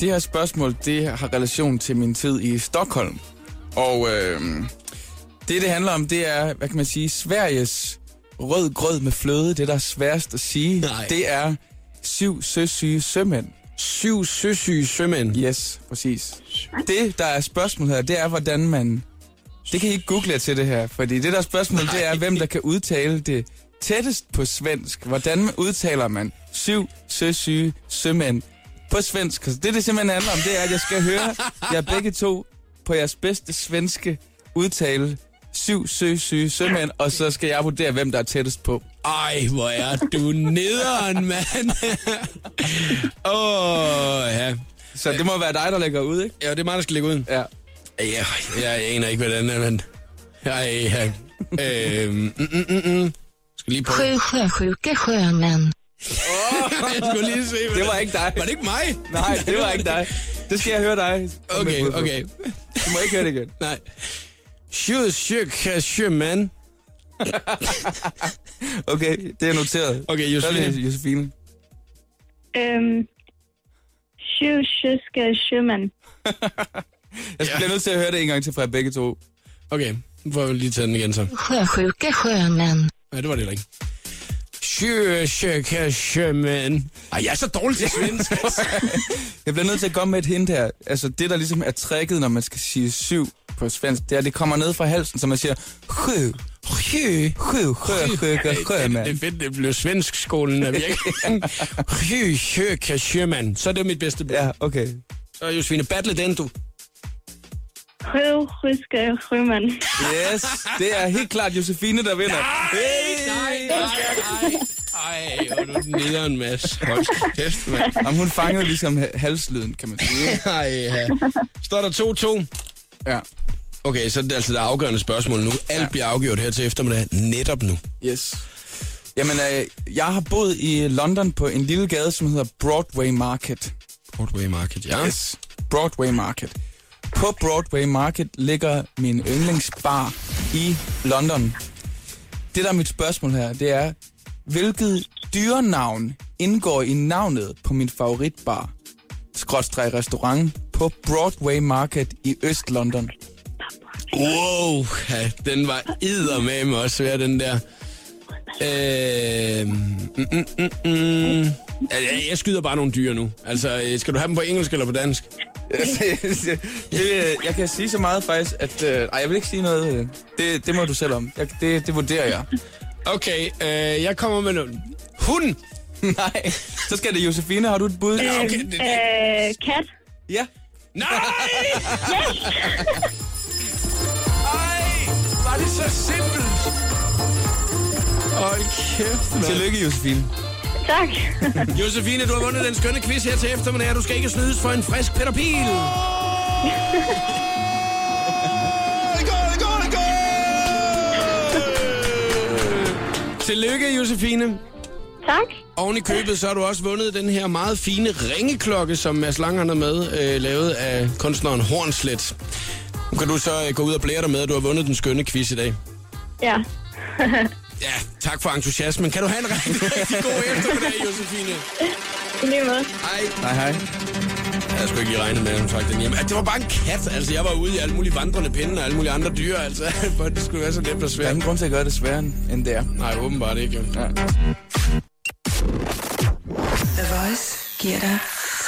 [SPEAKER 2] Det her spørgsmål, det har relation til min tid i Stockholm. Og øh, det, det handler om, det er, hvad kan man sige, Sveriges rød grød med fløde, det der er sværest at sige,
[SPEAKER 1] Nej.
[SPEAKER 2] det er syv søsyge sømænd.
[SPEAKER 1] Syv søsyge sømænd.
[SPEAKER 2] Yes, præcis. Det, der er spørgsmålet her, det er, hvordan man... Det kan I ikke google jer til det her, fordi det, der er spørgsmålet, det er, hvem der kan udtale det tættest på svensk. Hvordan udtaler man syv søsyge sømænd på svensk? Altså, Det, det simpelthen handler om, det er, at jeg skal høre jer begge to på jeres bedste svenske udtale syv søsyge sømænd, og så skal jeg vurdere, hvem der er tættest på.
[SPEAKER 1] Ej, hvor er du nederen, mand. Åh, oh, ja.
[SPEAKER 2] Så det må være dig, der lægger ud, ikke?
[SPEAKER 1] Ja, det er mig, der skal lægge ud.
[SPEAKER 2] Ja.
[SPEAKER 1] Ja, jeg aner ikke, hvordan det er, men... Ej, ja. Øhm, mm, mm, mm, mm. Skal lige prøve.
[SPEAKER 11] sjösjuka sjömän.
[SPEAKER 1] Jeg skulle lige se, hvad
[SPEAKER 2] Det var ikke dig.
[SPEAKER 1] Var det ikke mig?
[SPEAKER 2] Nej, det var ikke dig. Det skal jeg høre dig. om et
[SPEAKER 1] Okay,
[SPEAKER 2] minut.
[SPEAKER 1] okay.
[SPEAKER 2] Du må ikke høre det igen.
[SPEAKER 1] Nej. Sjød, sjø, sjø, mand.
[SPEAKER 2] Okay, det er noteret.
[SPEAKER 1] Okay,
[SPEAKER 2] Så er
[SPEAKER 1] Josefine.
[SPEAKER 2] det Josefine.
[SPEAKER 10] Øhm, Sjø, sjøske, sjømand.
[SPEAKER 2] Jeg bliver nødt til at høre det en gang til fra jer begge to.
[SPEAKER 1] Okay, nu får jeg lige tage den igen så.
[SPEAKER 11] Sjösjuka sjömän.
[SPEAKER 1] Ja, det var det heller ikke. Sjø, sjø, sjø, sjø, mand. Ej, jeg er så dårlig til svensk. altså.
[SPEAKER 2] Jeg bliver nødt til at komme med et hint her. Altså det, der ligesom er tricket, når man skal sige syv på svensk, det er, at det kommer ned fra halsen, så man siger sjø, sjø, sjø, sjø, sjø, sjø,
[SPEAKER 1] Det er
[SPEAKER 2] mand.
[SPEAKER 1] fedt, det blev svensk skolen af virkelig. Sjø, sjø, sjø, sjø, mand. Så er det mit bedste bud.
[SPEAKER 2] Ja, okay.
[SPEAKER 1] Så Josefine, battle den, du.
[SPEAKER 10] Sjø, sjøske, sjømand.
[SPEAKER 2] Yes, det er helt klart Josefine, der vinder.
[SPEAKER 1] Nej, nej, nej. Ej, hvor er du nederen, Mads. Hold kæft, mand.
[SPEAKER 2] Jamen, hun fangede ligesom halslyden, kan man sige. ikke?
[SPEAKER 1] Ej, ja. Står der 2-2?
[SPEAKER 2] Ja,
[SPEAKER 1] Okay, så er det altså det afgørende spørgsmål nu. Alt ja. bliver afgjort her til eftermiddag, netop nu.
[SPEAKER 2] yes. Jamen, øh, jeg har boet i London på en lille gade, som hedder Broadway Market.
[SPEAKER 1] Broadway Market, ja. Yes.
[SPEAKER 2] Yes. Broadway Market. På Broadway Market ligger min yndlingsbar i London. Det, der er mit spørgsmål her, det er, hvilket dyrenavn indgår i navnet på min favoritbar? Skråtstræk restaurant på Broadway Market i Øst-London.
[SPEAKER 1] Wow, ja, den var eddermame også svær, den der. Øh, mm, mm, mm, mm. Altså, jeg- jeg skyder bare nogle dyr nu. Altså, øh, skal du have dem på engelsk eller på dansk?
[SPEAKER 2] det, øh, jeg kan sige så meget faktisk, at... Øh, ej, jeg vil ikke sige noget. øh, Det, det må du selv om. Jeg, det, det vurderer jeg.
[SPEAKER 1] Okay, øh, jeg kommer med noget. Hun!
[SPEAKER 2] Nej, så skal det Josefine. Har du et bud?
[SPEAKER 1] Ja, okay. det-
[SPEAKER 10] Øh, kat.
[SPEAKER 2] Ja.
[SPEAKER 1] Nej!
[SPEAKER 10] øh, Yes!
[SPEAKER 1] Ej, var det så simpelt? Hold kæft, mand.
[SPEAKER 2] Tillykke, Josefine.
[SPEAKER 10] tak.
[SPEAKER 1] Josefine, du har vundet den skønne quiz her til eftermiddag, og du skal ikke snydes for en frisk Peter Pil. Det går, det går, det går! Tillykke, Josefine.
[SPEAKER 10] tak.
[SPEAKER 1] Oven i købet, så har du også vundet den her meget fine ringeklokke, som Mads Lang har med, øh, lavet af kunstneren Hornslet. Nu kan du så øh, gå ud og blære dig med, at du har vundet den skønne quiz i dag.
[SPEAKER 10] Ja.
[SPEAKER 1] Ja, tak for entusiasmen. Kan du have en rigtig, rigtig god eftermiddag, Josefine?
[SPEAKER 10] I lige måde.
[SPEAKER 1] Hej.
[SPEAKER 2] Hej, hej.
[SPEAKER 1] Jeg skulle ikke lige regne med, at hun trak den hjem. Altså, Det var bare en kat. Altså, jeg var ude i alle mulige vandrende pinde og alle mulige andre dyr, altså. For det skulle være så nemt og
[SPEAKER 2] Der er
[SPEAKER 1] svært.
[SPEAKER 2] ingen grund til at gøre det sværere end det er.
[SPEAKER 1] Nej, åbenbart ikke. jo.
[SPEAKER 2] Ja.
[SPEAKER 3] The Voice giver dig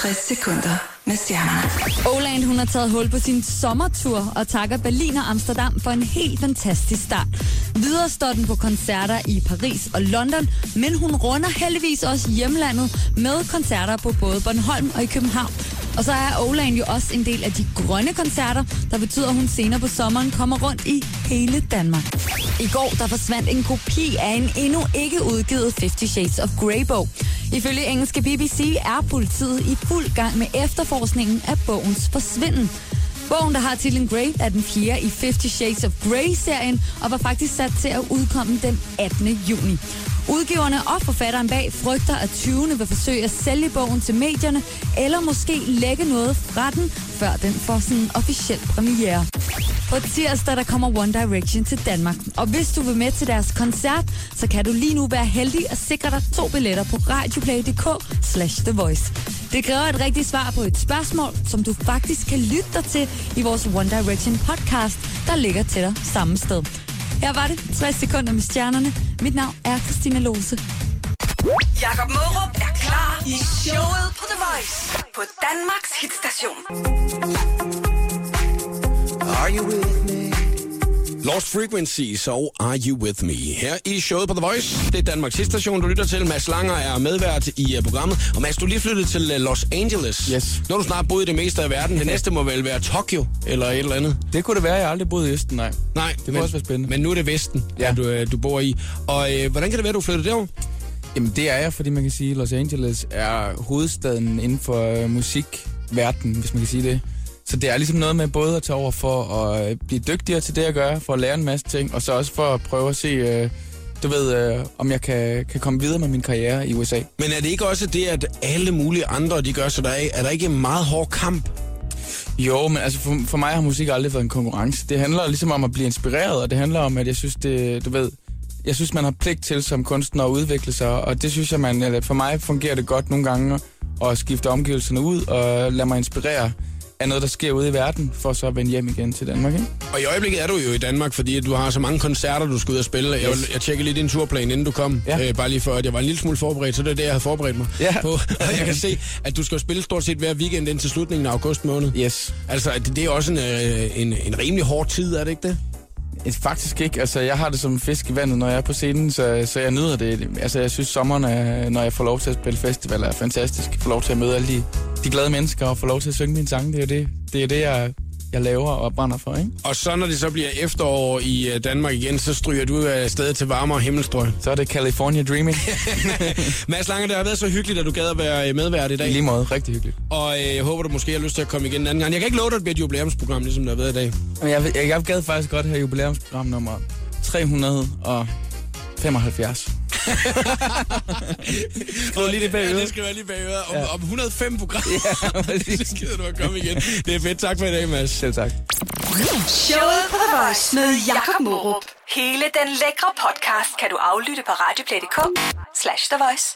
[SPEAKER 3] 60 sekunder med stjernerne.
[SPEAKER 6] Oland, hun har taget hul på sin sommertur og takker Berlin og Amsterdam for en helt fantastisk start. Videre står den på koncerter i Paris og London, men hun runder heldigvis også hjemlandet med koncerter på både Bornholm og i København. Og så er Oland jo også en del af de grønne koncerter, der betyder, at hun senere på sommeren kommer rundt i hele Danmark. I går der forsvandt en kopi af en endnu ikke udgivet 50 Shades of Grey-bog. Ifølge engelske BBC er politiet i fuld gang med efterforskningen af bogens forsvinden. Bogen, der har titlen Grey, er den fjerde i 50 Shades of Grey-serien, og var faktisk sat til at udkomme den 18. juni. Udgiverne og forfatteren bag frygter, at 20'erne vil forsøge at sælge bogen til medierne, eller måske lægge noget fra den, før den får sådan en officiel premiere. På tirsdag der kommer One Direction til Danmark, og hvis du vil med til deres koncert, så kan du lige nu være heldig og sikre dig to billetter på radioplay.dk slash The Voice. Det kræver et rigtigt svar på et spørgsmål, som du faktisk kan lytte dig til i vores One Direction podcast, der ligger til dig samme sted. Her var det 60 sekunder med stjernerne. Mit navn er Christina Lose.
[SPEAKER 7] Jakob Mørup er klar Star i showet på The Voice på Danmarks hitstation.
[SPEAKER 1] Are you with me? Lost Frequencies og Are You With Me. Her i showet på The Voice. Det er Danmarks station, du lytter til. Mads Langer er medvært i uh, programmet. Og Mads, du er lige flyttet til uh, Los Angeles. Yes. Nu har du snart boet i det meste af verden. Det næste må vel være Tokyo eller et eller andet.
[SPEAKER 2] Det kunne det være, jeg har aldrig boet i Østen, nej.
[SPEAKER 1] Nej, det
[SPEAKER 2] må også være spændende.
[SPEAKER 1] Men nu er det Vesten, ja. du, øh, du bor i. Og øh, hvordan kan det være, du flyttede derover?
[SPEAKER 2] Jamen det er jeg, fordi man kan sige, at Los Angeles er hovedstaden inden for øh, musikverdenen, hvis man kan sige det. Så det er ligesom noget med både at tage over for at øh, blive dygtigere til det, jeg gør, for at lære en masse ting, og så også for at prøve at se, øh, du ved, øh, om jeg kan, kan komme videre med min karriere i USA.
[SPEAKER 1] Men er det ikke også det, at alle mulige andre de gør, så der er, er der ikke en meget hård kamp?
[SPEAKER 2] Jo, men altså for, for mig har musik aldrig været en konkurrence. Det handler ligesom om at blive inspireret, og det handler om, at jeg synes, det, du ved, jeg synes, man har pligt til som kunstner at udvikle sig, og det synes jeg, man, eller for mig fungerer det godt nogle gange at skifte omgivelserne ud og lade mig inspirere af noget, der sker ude i verden, for så at vende hjem igen til Danmark, ikke?
[SPEAKER 1] Og i øjeblikket er du jo i Danmark, fordi at du har så mange koncerter, du skal ud og spille. Jeg, jeg tjekkede lige din turplan, inden du kom. Ja. Øh, bare lige for, at jeg var en lille smule forberedt, så det er det, jeg havde forberedt mig
[SPEAKER 2] Ja.
[SPEAKER 1] på. Og jeg kan se, at du skal jo spille stort set hver weekend indtil slutningen af august måned.
[SPEAKER 2] Yes.
[SPEAKER 1] Altså, at det det er også en, øh, en, en rimelig hård tid, er det ikke det?
[SPEAKER 2] Et- Faktisk ikke. Altså, jeg har det som en fisk i vandet, når jeg er på scenen, så, så jeg nyder det. Altså, jeg synes, sommeren, er, når jeg får lov til at spille festivaler, er fantastisk. Jeg får lov til at møde alle de, de glade mennesker og få lov til at synge mine sange. Det er det, det, er det jeg, jeg laver og brænder for, ikke?
[SPEAKER 1] Og så når det så bliver efterår i øh, Danmark igen, så stryger du afsted til varmere himmelstrøg.
[SPEAKER 2] Så er det California Dreaming.
[SPEAKER 1] Mads Lange, det har været så hyggeligt, at du gad at være øh, medvært i dag.
[SPEAKER 2] I lige måde. Rigtig hyggeligt.
[SPEAKER 1] Og øh, jeg håber, du måske har lyst til at komme igen en anden gang. Jeg kan ikke love dig, at det bliver et jubilæumsprogram, ligesom der har været i dag.
[SPEAKER 2] Men jeg, jeg, jeg gad faktisk godt have jubilæumsprogram nummer 375.
[SPEAKER 1] Skriv lige det bag øret. Ja, det skriver jeg lige bag øret. Om, ja. om 105 programmer, ja, så gider du at komme igen. Det er fedt. Tak for i dag, Mads.
[SPEAKER 2] Selv tak.
[SPEAKER 7] Showet på The Voice med Jakob Morup. Hele den lækre podcast kan du aflytte på radioplay.dk slash The Voice.